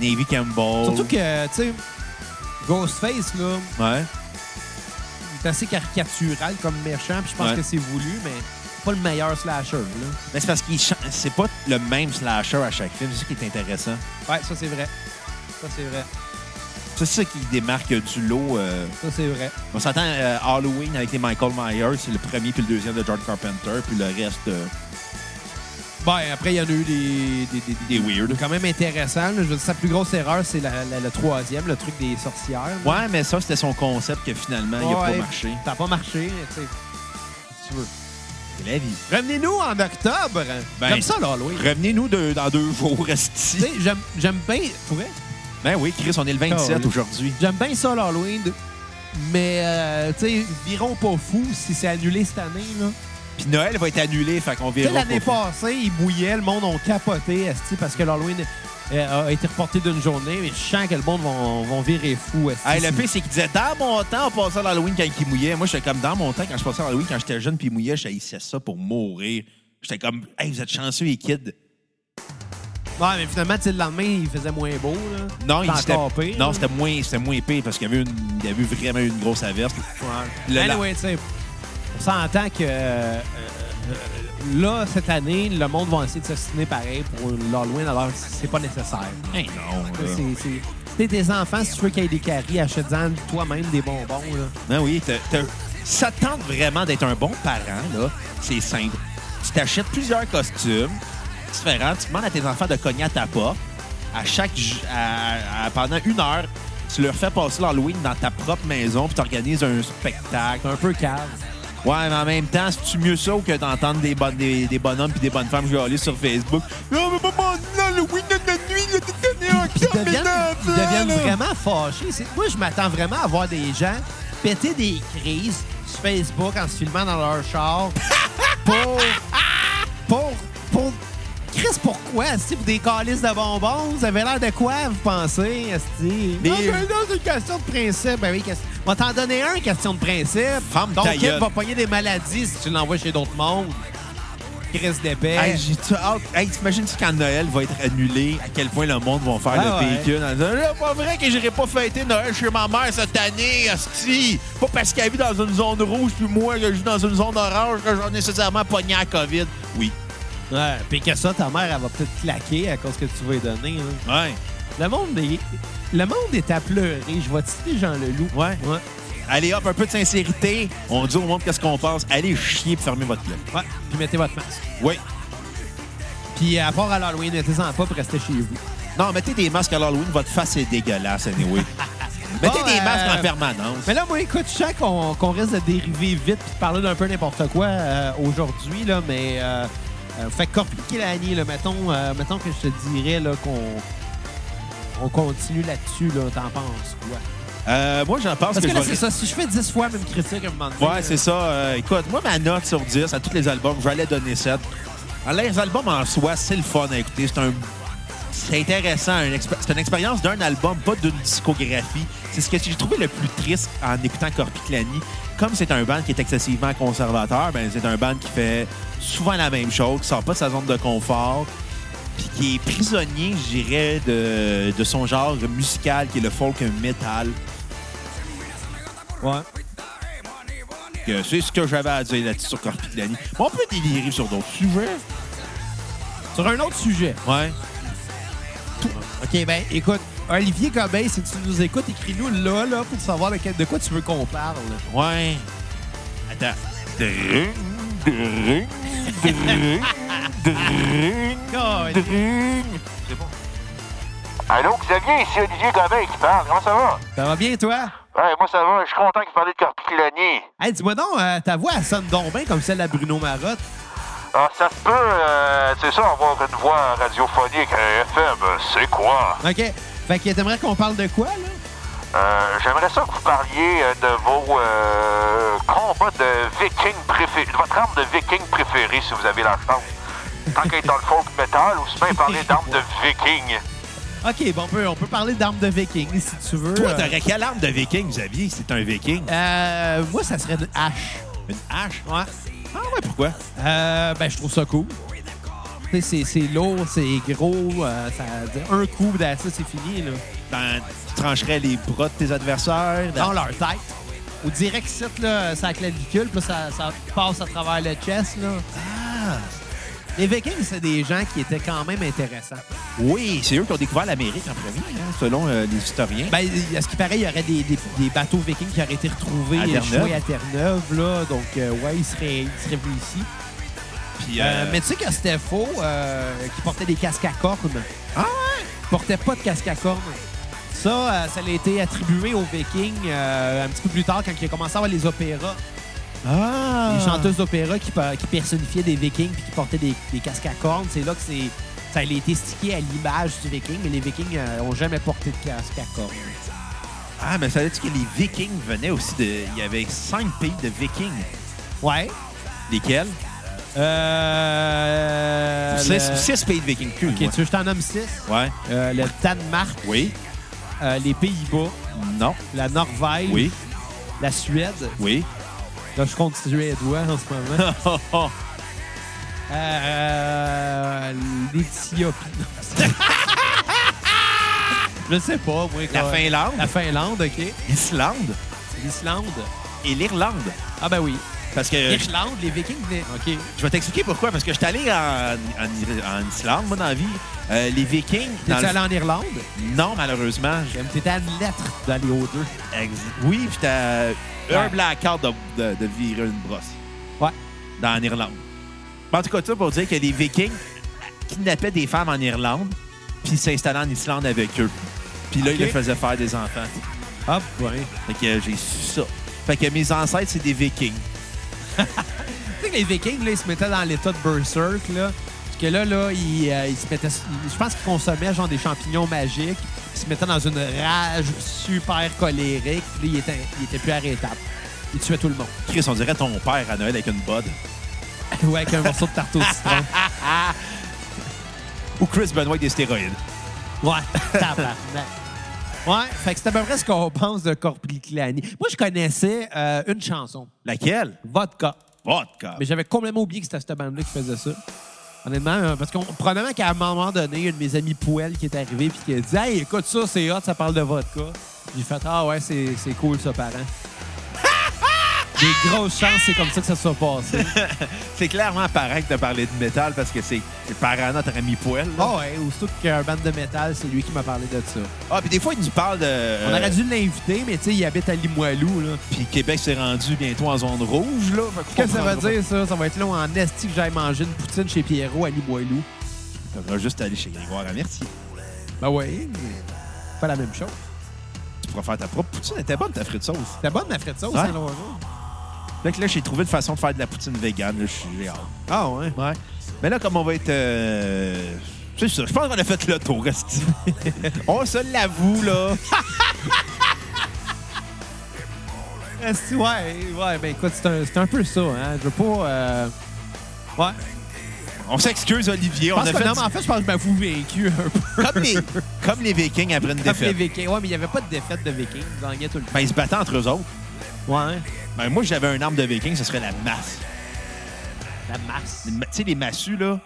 [SPEAKER 1] Navy Campbell.
[SPEAKER 2] Surtout que, tu sais, Ghostface, là,
[SPEAKER 1] Ouais.
[SPEAKER 2] il est assez caricatural comme méchant, puis je pense
[SPEAKER 1] Ouais.
[SPEAKER 2] que c'est voulu, mais c'est pas le meilleur slasher, là.
[SPEAKER 1] Mais Ben, c'est parce qu'il chan- c'est pas le même slasher à chaque film. C'est ça qui est intéressant.
[SPEAKER 2] Ouais, ça, c'est vrai. Ça, c'est vrai.
[SPEAKER 1] C'est ça qui démarque du lot. euh.
[SPEAKER 2] Ça, c'est vrai.
[SPEAKER 1] On s'entend euh, Halloween avec les Michael Myers. C'est le premier puis le deuxième de John Carpenter. Puis le reste, euh,
[SPEAKER 2] Ben, après, il y en a eu des, des,
[SPEAKER 1] des
[SPEAKER 2] des,
[SPEAKER 1] weird.
[SPEAKER 2] quand même intéressants. là. Je veux dire, sa plus grosse erreur, c'est la- la- le troisième, le truc des sorcières.
[SPEAKER 1] Ouais, mais ça, c'était son concept que finalement, il a
[SPEAKER 2] Ouais.
[SPEAKER 1] pas marché.
[SPEAKER 2] Ça n'a pas marché, tu sais. Si tu veux.
[SPEAKER 1] C'est la vie.
[SPEAKER 2] Revenez-nous en octobre.
[SPEAKER 1] Ben,
[SPEAKER 2] Comme ça, l'Halloween.
[SPEAKER 1] Revenez-nous deux- dans deux jours, esti.
[SPEAKER 2] Tu sais, j'aime- J'aime bien... pour vrai,
[SPEAKER 1] Ben oui, Chris, on est le 27
[SPEAKER 2] Oh,
[SPEAKER 1] aujourd'hui.
[SPEAKER 2] J'aime bien ça, l'Halloween. Mais, euh, tu sais, virons pas fou si c'est annulé cette année, là.
[SPEAKER 1] Puis Noël va être annulé, fait qu'on
[SPEAKER 2] Tu sais,
[SPEAKER 1] verra.
[SPEAKER 2] l'année
[SPEAKER 1] pas.
[SPEAKER 2] passée, il bouillait, le monde ont capoté, esti, parce que l'Halloween euh, a été reporté d'une journée, mais je sens que le monde vont, vont virer fou, esti.
[SPEAKER 1] Hey, le
[SPEAKER 2] si-
[SPEAKER 1] pire, c'est qu'il disait dans mon temps, on passait à l'Halloween quand il mouillait. Moi, j'étais comme dans mon temps, quand je passais à l'Halloween, quand j'étais jeune puis il mouillait, j'haïssais ça pour mourir. J'étais comme, hey, vous êtes chanceux, les kids.
[SPEAKER 2] Ouais, mais finalement, tu sais, le lendemain, il faisait moins beau, là.
[SPEAKER 1] Non, il
[SPEAKER 2] c'était
[SPEAKER 1] c'était
[SPEAKER 2] encore pire. hein?
[SPEAKER 1] Non, c'était moins, c'était moins pire parce qu'il y avait une, il y avait eu vraiment une grosse averse.
[SPEAKER 2] Ouais.
[SPEAKER 1] Le-
[SPEAKER 2] Anyway, tu sais, on s'entend que euh, euh, là, cette année, le monde va essayer de s'assiner pareil pour l'Halloween, alors c'est pas nécessaire.
[SPEAKER 1] Hey, non. là.
[SPEAKER 2] C'est- c'est- T'es des enfants, si tu veux qu'il y ait des caries, achète-en toi-même des bonbons. Là.
[SPEAKER 1] Ben oui, t'as- t'as- ça te tente vraiment d'être un bon parent, là. C'est simple. Tu t'achètes plusieurs costumes différents. Tu demandes à tes enfants de cogner à ta porte. À chaque, ju- à- à- pendant une heure, tu leur fais passer l'Halloween dans ta propre maison puis t'organises un spectacle.
[SPEAKER 2] C'est un peu cave.
[SPEAKER 1] Ouais, mais en même temps, c'est-tu mieux ça ou que d'entendre des, bonnes- des, des bonhommes puis des bonnes femmes aller sur Facebook? Non, mais pas mon Halloween de la nuit, là, t'es né en
[SPEAKER 2] Puis ils deviennent,
[SPEAKER 1] octobre,
[SPEAKER 2] ils deviennent
[SPEAKER 1] là.
[SPEAKER 2] vraiment fâchés. C'est- Moi, je m'attends vraiment à voir des gens péter des crises sur Facebook en se filmant dans leur char pour... pour... pour... Chris, pourquoi? Esti, pour des calices de bonbons? Vous avez l'air de quoi, vous pensez? Esti?
[SPEAKER 1] Des-
[SPEAKER 2] Non, mais non, c'est une question de principe. Ben oui, question... On va t'en donner un, question de principe.
[SPEAKER 1] Ferme
[SPEAKER 2] Ton
[SPEAKER 1] ta
[SPEAKER 2] kid
[SPEAKER 1] gueule.
[SPEAKER 2] va pogner des maladies si tu l'envoies chez d'autres mondes. Chris d'épais.
[SPEAKER 1] Hey, j'ai tout hâte. Hey, t'imagines-tu quand Noël va être annulé, à quel point le monde va faire
[SPEAKER 2] Ah
[SPEAKER 1] le
[SPEAKER 2] ouais.
[SPEAKER 1] véhicule? en disant, C'est pas vrai que j'irai pas fêter Noël chez ma mère cette année, hostie! Pas parce qu'elle vit dans une zone rouge, puis moi, que je vis dans une zone orange, que j'ai nécessairement pogné à COVID. Oui.
[SPEAKER 2] Ouais, puis que ça, ta mère, elle va peut-être claquer à cause que tu vas lui donner. hein.
[SPEAKER 1] Ouais.
[SPEAKER 2] Le monde est, le monde est à pleurer. Je vais citer Jean Leloup.
[SPEAKER 1] Ouais.
[SPEAKER 2] Ouais.
[SPEAKER 1] Allez, hop, un peu de sincérité. On dit au monde qu'est-ce qu'on pense. Allez chier puis fermez votre gueule.
[SPEAKER 2] Ouais. Puis mettez votre masque.
[SPEAKER 1] Oui.
[SPEAKER 2] Puis euh, à part à l'Halloween, mettez-en pas pour rester chez vous.
[SPEAKER 1] Non, mettez des masques à l'Halloween. Votre face est dégueulasse, anyway. mettez
[SPEAKER 2] Bon,
[SPEAKER 1] des
[SPEAKER 2] euh,
[SPEAKER 1] masques en permanence.
[SPEAKER 2] Mais là, moi, écoute, je sais qu'on qu'on risque de dériver vite puis de parler d'un peu n'importe quoi euh, aujourd'hui, là, mais euh, euh, fait compliquer l'année, là. Mettons, euh, mettons que je te dirais là, qu'on on continue là-dessus, là. T'en penses quoi?
[SPEAKER 1] Euh, moi, j'en pense
[SPEAKER 2] Parce que,
[SPEAKER 1] que,
[SPEAKER 2] là,
[SPEAKER 1] je vais-
[SPEAKER 2] c'est ça. Si je fais 10 fois même critique à un moment donné,
[SPEAKER 1] Ouais, c'est ça. Euh, écoute, moi, ma note sur 10 à tous les albums, j'allais donner 7. Alors, les albums en soi, c'est le fun à écouter. C'est un. C'est intéressant. une expé- C'est une expérience d'un album, pas d'une discographie. C'est ce que j'ai trouvé le plus triste en écoutant Corpiclani. Comme c'est un band qui est excessivement conservateur, ben c'est un band qui fait souvent la même chose, qui sort pas de sa zone de confort, puis qui est prisonnier, je dirais, de, de son genre musical qui est le folk metal.
[SPEAKER 2] Ouais.
[SPEAKER 1] Que C'est ce que j'avais à dire là-dessus sur Corpiclani. Mais on peut délirer sur d'autres sujets.
[SPEAKER 2] Sur un autre sujet.
[SPEAKER 1] Ouais.
[SPEAKER 2] OK, ben écoute, Olivier Cobain, si tu nous écoutes, écris-nous là, là, pour savoir lequel- de quoi tu veux qu'on parle.
[SPEAKER 1] Ouais. Attends.
[SPEAKER 3] Allô, Xavier, ici Olivier Gabin qui parle. Comment ça va?
[SPEAKER 2] Ça va bien, toi?
[SPEAKER 3] Ouais, moi, ça va. Je suis content que vous parlez de Corpiclani.
[SPEAKER 2] Hey, dis-moi donc, euh, ta voix, elle sonne donc bien comme celle de Bruno Marotte.
[SPEAKER 3] Ah, ça se peut, euh, c'est ça, avoir une voix radiophonique à FM. C'est quoi?
[SPEAKER 2] OK. Fait que t'aimerais qu'on parle de quoi, là?
[SPEAKER 3] Euh, J'aimerais ça que vous parliez euh, de vos euh, combats de vikings préférés, de votre arme de viking préférée, si vous avez la chance. Tant qu'elle est dans le folk metal, ou sinon parler d'armes de viking.
[SPEAKER 2] OK, bon, on peut, on peut parler d'armes de viking, si tu veux.
[SPEAKER 1] Toi,
[SPEAKER 2] Euh,
[SPEAKER 1] t'aurais quelle arme de viking, Xavier, si t'es un viking?
[SPEAKER 2] euh, moi, ça serait une hache.
[SPEAKER 1] Une hache?
[SPEAKER 2] Ouais.
[SPEAKER 1] Ah ouais, pourquoi?
[SPEAKER 2] Euh, ben, je trouve ça cool. Tu sais, c'est- c'est lourd, c'est gros, euh, ça, un coup, ben, ça, c'est fini, là.
[SPEAKER 1] Ben, tu trancherais les bras de tes adversaires. ben.
[SPEAKER 2] dans leur tête. Ou direct site, là, ça clavicule, puis là, ça, ça passe à travers le chest, là.
[SPEAKER 1] Ah!
[SPEAKER 2] Les Vikings, c'est des gens qui étaient quand même intéressants.
[SPEAKER 1] Oui, c'est eux qui ont découvert l'Amérique en premier, hein, selon euh, les historiens.
[SPEAKER 2] Ben, à ce qui paraît, il y aurait des, des- des bateaux vikings qui auraient été retrouvés
[SPEAKER 1] À
[SPEAKER 2] euh,
[SPEAKER 1] Terre-Neuve.
[SPEAKER 2] échoués à Terre-Neuve, là. Donc, euh, ouais, ils seraient, ils seraient venus ici.
[SPEAKER 1] Ben, Puis,
[SPEAKER 2] Euh, mais tu sais que c'était faux, euh, qui portait des casques à cornes.
[SPEAKER 1] Ah ouais?
[SPEAKER 2] Ils portaient pas de casque à cornes. Ça, euh, ça a été attribué aux Vikings euh, un petit peu plus tard, quand il a commencé à avoir les opéras.
[SPEAKER 1] Ah!
[SPEAKER 2] Les chanteuses d'opéra qui, pa- qui personnifiaient des vikings puis qui portaient des, des casques à cornes. C'est là que c'est. Ça a été stické à l'image du viking, mais les vikings n'ont jamais porté de casque à cornes.
[SPEAKER 1] Ah, mais ça veut dire que les Vikings venaient aussi de. Il y avait cinq pays de Vikings.
[SPEAKER 2] Ouais.
[SPEAKER 1] Lesquels?
[SPEAKER 2] Euh.
[SPEAKER 1] Six,
[SPEAKER 2] le-
[SPEAKER 1] six pays de Vikings. Cul,
[SPEAKER 2] Ok, tu veux que je t'en nomme six?
[SPEAKER 1] Ouais.
[SPEAKER 2] Euh, le Danemark,
[SPEAKER 1] Oui.
[SPEAKER 2] euh, les Pays-Bas,
[SPEAKER 1] Non.
[SPEAKER 2] la Norvège,
[SPEAKER 1] Oui.
[SPEAKER 2] la Suède.
[SPEAKER 1] Oui.
[SPEAKER 2] Là, je compte suédois en ce moment. Euh, L'Éthiopie. Non. Je sais pas, moi.
[SPEAKER 1] La
[SPEAKER 2] quoi.
[SPEAKER 1] Finlande.
[SPEAKER 2] La Finlande, OK.
[SPEAKER 1] L'Islande.
[SPEAKER 2] L'Islande.
[SPEAKER 1] Et l'Irlande.
[SPEAKER 2] Ah ben oui.
[SPEAKER 1] Parce que je-
[SPEAKER 2] L'Irlande, les Vikings venaient. OK.
[SPEAKER 1] je vais t'expliquer pourquoi. Parce que je suis allé en, en Ir- en Islande, moi, dans la vie. Euh, les Vikings.
[SPEAKER 2] T'es-tu
[SPEAKER 1] dans le-
[SPEAKER 2] allé en Irlande?
[SPEAKER 1] Non, malheureusement. je-
[SPEAKER 2] J'aime, T'étais à une lettre d'aller aux deux.
[SPEAKER 1] ex- Oui, puis t'as un
[SPEAKER 2] Ouais.
[SPEAKER 1] blackout de, de, de virer une brosse.
[SPEAKER 2] Ouais.
[SPEAKER 1] dans en Irlande. En tout cas, tout ça pour dire que les Vikings kidnappaient des femmes en Irlande, puis s'installaient en Islande avec eux. Puis là,
[SPEAKER 2] Ok.
[SPEAKER 1] ils leur faisaient faire des enfants.
[SPEAKER 2] Ah ben.
[SPEAKER 1] Fait que euh, j'ai su ça. Fait que mes ancêtres, c'est des Vikings.
[SPEAKER 2] Tu sais que les Vikings, là, ils se mettaient dans l'état de Berserk, là. Parce que là, là, ils, euh, ils se mettaient... ils- Je pense qu'ils consommaient, genre, des champignons magiques. Ils se mettaient dans une rage super colérique. Puis là, ils étaient, ils étaient plus arrêtables. Ils tuaient tout le monde.
[SPEAKER 1] Chris, on dirait ton père à Noël avec une bod.
[SPEAKER 2] ouais, avec un morceau de tarte au citron.
[SPEAKER 1] Ou Chris Benoit avec des stéroïdes.
[SPEAKER 2] Ouais, tabarnak. Ouais, fait que c'est à peu près ce qu'on pense de Corpiclani. Moi, je connaissais euh, une chanson,
[SPEAKER 1] Laquelle?
[SPEAKER 2] Vodka.
[SPEAKER 1] Vodka.
[SPEAKER 2] Mais j'avais complètement oublié que c'était cette bande-là qui faisait ça. Honnêtement, euh, parce qu'on probablement qu'à un moment donné, il y a une de mes amies Pouelle qui est arrivée puis qui a dit Hey, écoute ça, c'est hot, ça parle de vodka. J'ai fait Ah ouais, c'est c'est cool ça, parent. Des grosses chances, c'est comme ça que ça se soit passé.
[SPEAKER 1] C'est clairement pareil de parler de métal parce que c'est c'est parent notre ami Poel. là.
[SPEAKER 2] Ah ouais, aussitôt qu'un band de métal, c'est lui qui m'a parlé de ça.
[SPEAKER 1] Ah, puis des fois, il nous parle de. euh,
[SPEAKER 2] On aurait dû l'inviter, mais tu sais, il habite à Limoilou, là.
[SPEAKER 1] Puis Québec s'est rendu bientôt en zone rouge, là. Fait
[SPEAKER 2] Qu'est-ce que ça
[SPEAKER 1] comprendra
[SPEAKER 2] veut dire, ça? Ça va être long en esti que j'aille manger une poutine chez Pierrot à Limoilou.
[SPEAKER 1] pas. Faudra juste aller chez Grégoire à Merci.
[SPEAKER 2] Ben ouais, mais pas la même chose.
[SPEAKER 1] Tu pourras faire ta propre poutine. Elle était bonne, ta frite sauce.
[SPEAKER 2] C'était bonne ma frite sauce,
[SPEAKER 1] Ouais.
[SPEAKER 2] hein, Laurent?
[SPEAKER 1] Fait que là, j'ai trouvé une façon de faire de la poutine végane. Là, je suis j'ai hâte.
[SPEAKER 2] Ah ouais?
[SPEAKER 1] Ouais. Mais là, comme on va être... euh, C'est ça. Je pense qu'on a fait le tour. esti. on se l'avoue, là.
[SPEAKER 2] Esti, Euh, ouais, ouais, ben écoute, c'est un, c'est un peu ça, hein. Je veux pas. euh, Ouais.
[SPEAKER 1] On s'excuse, Olivier. On
[SPEAKER 2] Parce
[SPEAKER 1] a
[SPEAKER 2] que,
[SPEAKER 1] fait
[SPEAKER 2] non, mais en fait, je pense que je m'avoue vaincu un peu.
[SPEAKER 1] comme, les... comme les Vikings après une
[SPEAKER 2] Comme les
[SPEAKER 1] défaite.
[SPEAKER 2] Vikings. Ouais, mais il n'y avait pas de défaite de Vikings. Ils gagnaient tout le temps.
[SPEAKER 1] Ben, ils se battaient entre eux autres.
[SPEAKER 2] Ouais.
[SPEAKER 1] Ben, moi, si j'avais un arme de Viking, ce serait la masse.
[SPEAKER 2] La masse.
[SPEAKER 1] Les ma- Tu sais, les massues, là.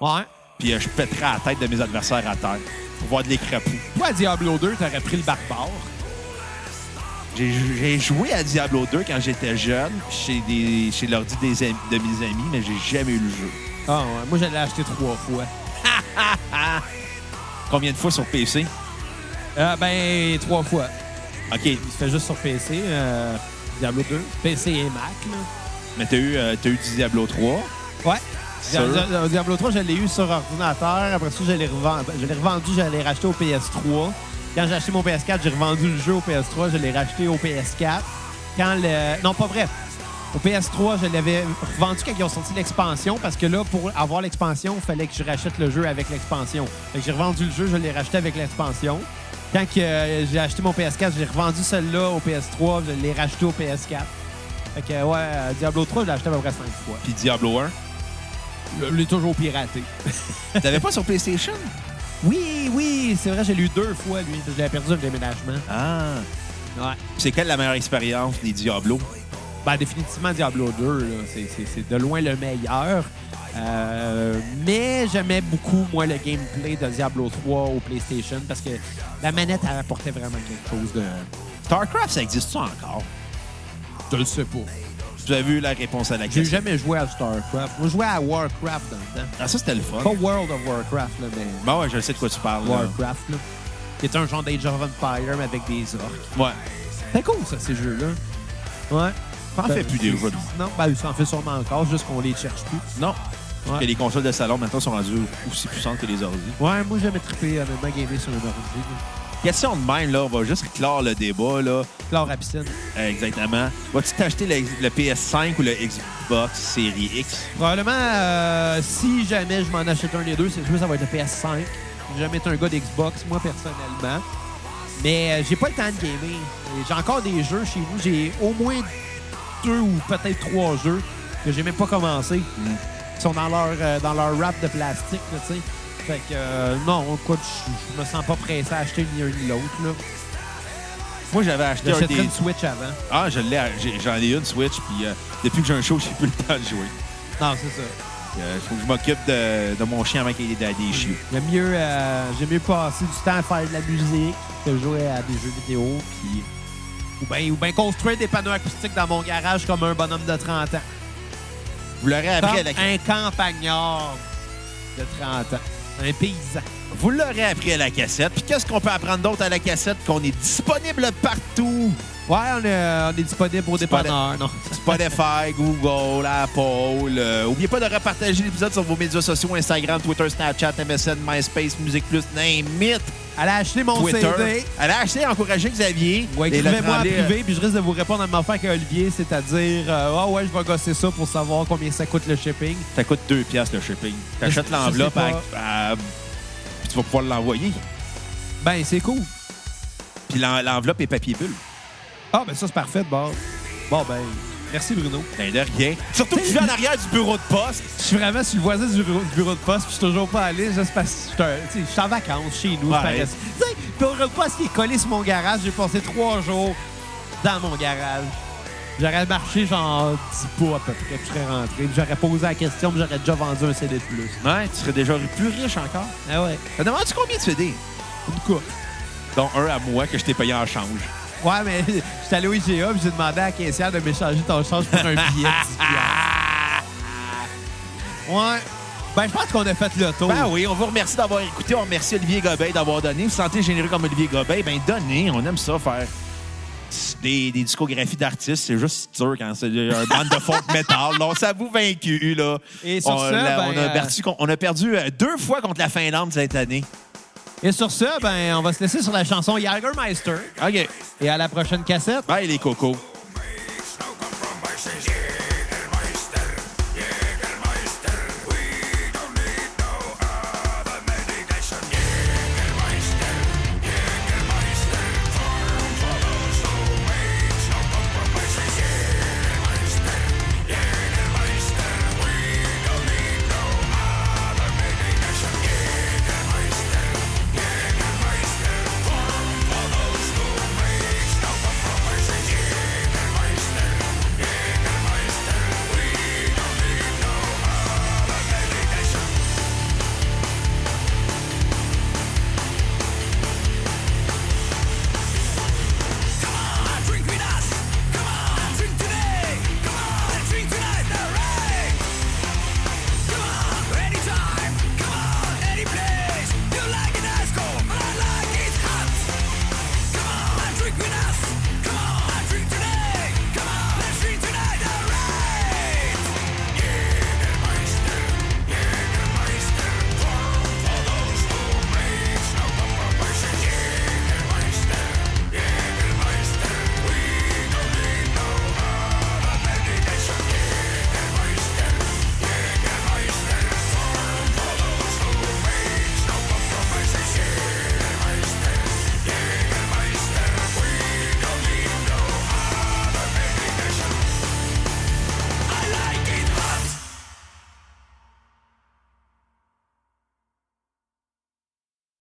[SPEAKER 2] Ouais.
[SPEAKER 1] Puis euh, je pèterais la tête de mes adversaires à terre pour voir de l'écrapou.
[SPEAKER 2] Toi, à Diablo 2, t'aurais pris le barbare.
[SPEAKER 1] J'ai- J'ai joué à Diablo 2 quand j'étais jeune, chez, des, chez l'ordi des am- de mes amis, mais j'ai jamais eu le jeu.
[SPEAKER 2] Ah ouais. Moi, j'allais acheter trois fois.
[SPEAKER 1] Combien de fois sur PC?
[SPEAKER 2] Euh, ben, trois fois.
[SPEAKER 1] OK,
[SPEAKER 2] Il se fait juste sur PC. euh, Diablo 2. PC et Mac, là.
[SPEAKER 1] mais t'as eu, euh, t'as eu du Diablo 3.
[SPEAKER 2] Ouais. Dia-
[SPEAKER 1] Sur-
[SPEAKER 2] Dia- Diablo 3, je l'ai eu sur ordinateur. Après ça, je l'ai reven- je l'ai revendu, je l'ai racheté au PS3. Quand j'ai acheté mon PS4, j'ai revendu le jeu au PS3, je l'ai racheté au PS4. Quand le... Non, pas vrai. Au PS3, je l'avais revendu quand ils ont sorti l'expansion parce que là, pour avoir l'expansion, il fallait que je rachète le jeu avec l'expansion. Fait que j'ai revendu le jeu, je l'ai racheté avec l'expansion. Quand que, euh, j'ai acheté mon PS4, j'ai revendu celle-là au PS3, je l'ai racheté au PS4. Fait que, ouais, euh, Diablo 3, je l'ai acheté à peu près 5 fois.
[SPEAKER 1] Puis Diablo 1.
[SPEAKER 2] Je l'ai toujours piraté.
[SPEAKER 1] T'avais pas sur PlayStation?
[SPEAKER 2] Oui, oui, c'est vrai, j'ai lu deux fois, lui. Je l'avais perdu au déménagement.
[SPEAKER 1] Ah.
[SPEAKER 2] Ouais.
[SPEAKER 1] C'est quelle la meilleure expérience des Diablo?
[SPEAKER 2] Ben, définitivement, Diablo 2, là, c'est- c'est c'est de loin le meilleur. Euh, mais j'aimais beaucoup, moi, le gameplay de Diablo 3 au PlayStation parce que la manette, elle apportait vraiment quelque chose de.
[SPEAKER 1] StarCraft, ça existe ça encore?
[SPEAKER 2] Je le sais pas.
[SPEAKER 1] Vous avez eu la réponse à la
[SPEAKER 2] J'ai
[SPEAKER 1] question.
[SPEAKER 2] jamais joué à StarCraft. Moi, je jouais à Warcraft dans le temps.
[SPEAKER 1] Ah, ça, c'était le fun.
[SPEAKER 2] Pas World of Warcraft, là, mais
[SPEAKER 1] Bon, ouais, je sais de quoi tu parles. là.
[SPEAKER 2] Warcraft, là. Qui est un genre d'Age of Empire, mais avec des orques.
[SPEAKER 1] Ouais.
[SPEAKER 2] C'est cool, ça, ces jeux-là. Ouais.
[SPEAKER 1] T'en fais plus des jeux.
[SPEAKER 2] Non, ben, ça en fait sûrement encore, juste qu'on les cherche plus.
[SPEAKER 1] Non.
[SPEAKER 2] Ouais.
[SPEAKER 1] Que les consoles de salon maintenant sont rendues aussi puissantes que les ordi.
[SPEAKER 2] euh, Ouais, moi, j'avais trippé, honnêtement, gamer sur un ordi. là.
[SPEAKER 1] Question de même, là, on va juste clore le débat, là.
[SPEAKER 2] Clore à piscine.
[SPEAKER 1] Euh, Exactement. Vas-tu t'acheter le, le PS5 ou le Xbox Series X?
[SPEAKER 2] Probablement, euh, si jamais je m'en achète un des deux, c'est sûr ça va être le PS5. J'ai jamais été un gars d'Xbox, moi, personnellement. Mais euh, j'ai pas le temps de gamer. Et J'ai encore des jeux chez nous. J'ai au moins deux ou peut-être trois jeux que j'ai même pas commencé.
[SPEAKER 1] Mm.
[SPEAKER 2] Qui sont dans leur, euh, dans leur wrap de plastique, là, tu sais. Fait que, euh, non, quoi, je je me sens pas pressé à acheter ni un ni l'autre, là.
[SPEAKER 1] Moi, j'avais acheté un
[SPEAKER 2] J'achèterais
[SPEAKER 1] des...
[SPEAKER 2] une Switch avant.
[SPEAKER 1] Ah, je l'ai, j'ai- j'en ai une Switch, puis euh, depuis que j'ai un show, j'ai plus le temps de jouer.
[SPEAKER 2] Non, c'est ça.
[SPEAKER 1] Euh, faut que je m'occupe de, de mon chien avant qu'il ait des des chiots.
[SPEAKER 2] J'aime mieux, euh, j'aime mieux passer du temps à faire de la musique que jouer à des jeux vidéo. Puis... Ou bien ou ben construire des panneaux acoustiques dans mon garage comme un bonhomme de 30 ans.
[SPEAKER 1] Vous l'aurez appris à la
[SPEAKER 2] Comme un campagnard de 30 ans. Un paysan.
[SPEAKER 1] Vous l'aurez appris à la cassette. Puis qu'est-ce qu'on peut apprendre d'autre à la cassette? Qu'on est disponible partout.
[SPEAKER 2] Ouais, on est, euh, on est disponible au dépanneur, non?
[SPEAKER 1] Spotify, Google, Apple. Euh, Oubliez pas de repartager l'épisode sur vos médias sociaux, Instagram, Twitter, Snapchat, MSN, Myspace, Musique Plus, name it,
[SPEAKER 2] Allez acheter mon
[SPEAKER 1] Twitter.
[SPEAKER 2] CD.
[SPEAKER 1] Allez acheter, encouragez Xavier.
[SPEAKER 2] Ouais,
[SPEAKER 1] Et le
[SPEAKER 2] écrivez-moi en
[SPEAKER 1] Tremblay, euh,
[SPEAKER 2] privé, puis je risque de vous répondre à ma affaire avec Olivier, c'est-à-dire, euh, ah ouais, je vais gosser ça pour savoir combien ça coûte le shipping.
[SPEAKER 1] Ça coûte 2 piastres le shipping. T'achètes
[SPEAKER 2] Je- je sais
[SPEAKER 1] l'enveloppe
[SPEAKER 2] pas.
[SPEAKER 1] à- à- puis tu vas pouvoir l'envoyer.
[SPEAKER 2] Ben, c'est cool.
[SPEAKER 1] Puis l'en- l'enveloppe est papier bulle.
[SPEAKER 2] Ah, ben ça, c'est parfait, bon. Bon, ben, merci, Bruno.
[SPEAKER 1] Ben, de rien. Surtout que tu vas en arrière du bureau de poste.
[SPEAKER 2] Je suis vraiment sur le voisin du bureau, du bureau de poste, puis je suis toujours pas allé, juste parce que je suis un- tu sais, je suis en vacances chez nous.
[SPEAKER 1] Ouais.
[SPEAKER 2] je paraisse. Tu sais, le bureau de poste qui est collé sur mon garage, j'ai passé trois jours dans mon garage. J'aurais marché genre 10 pas à peu près, puis je serais rentré. puis J'aurais posé la question, puis j'aurais déjà vendu un CD de plus.
[SPEAKER 1] Ouais, tu serais déjà plus riche encore.
[SPEAKER 2] Ah ouais.
[SPEAKER 1] Ça demande-tu combien de CD?
[SPEAKER 2] En tout cas.
[SPEAKER 1] Dont un à moi que je t'ai payé en change.
[SPEAKER 2] Ouais, mais j'étais allé au IGA, puis j'ai demandé à la caissière de m'échanger ton change pour un billet. de 10 piastres. ouais. Ben, je pense qu'on a fait le tour.
[SPEAKER 1] Ben oui, on vous remercie d'avoir écouté. On remercie Olivier Gobeil d'avoir donné. Vous sentez généreux comme Olivier Gobeil, ben donnez. On aime ça faire des, des discographies d'artistes. C'est juste dur quand c'est un bande de folk metal. Là, on s'avoue vaincu, là.
[SPEAKER 2] Et sur
[SPEAKER 1] on,
[SPEAKER 2] ce,
[SPEAKER 1] la-
[SPEAKER 2] ben,
[SPEAKER 1] on, a
[SPEAKER 2] euh,
[SPEAKER 1] perdu, con- on a perdu euh, deux fois contre la Finlande cette année.
[SPEAKER 2] Et sur ce, ben, on va se laisser sur la chanson Jagermeister.
[SPEAKER 1] OK.
[SPEAKER 2] Et à la prochaine cassette.
[SPEAKER 1] Bye, les cocos.
[SPEAKER 4] Snow come from Iceland, yeah.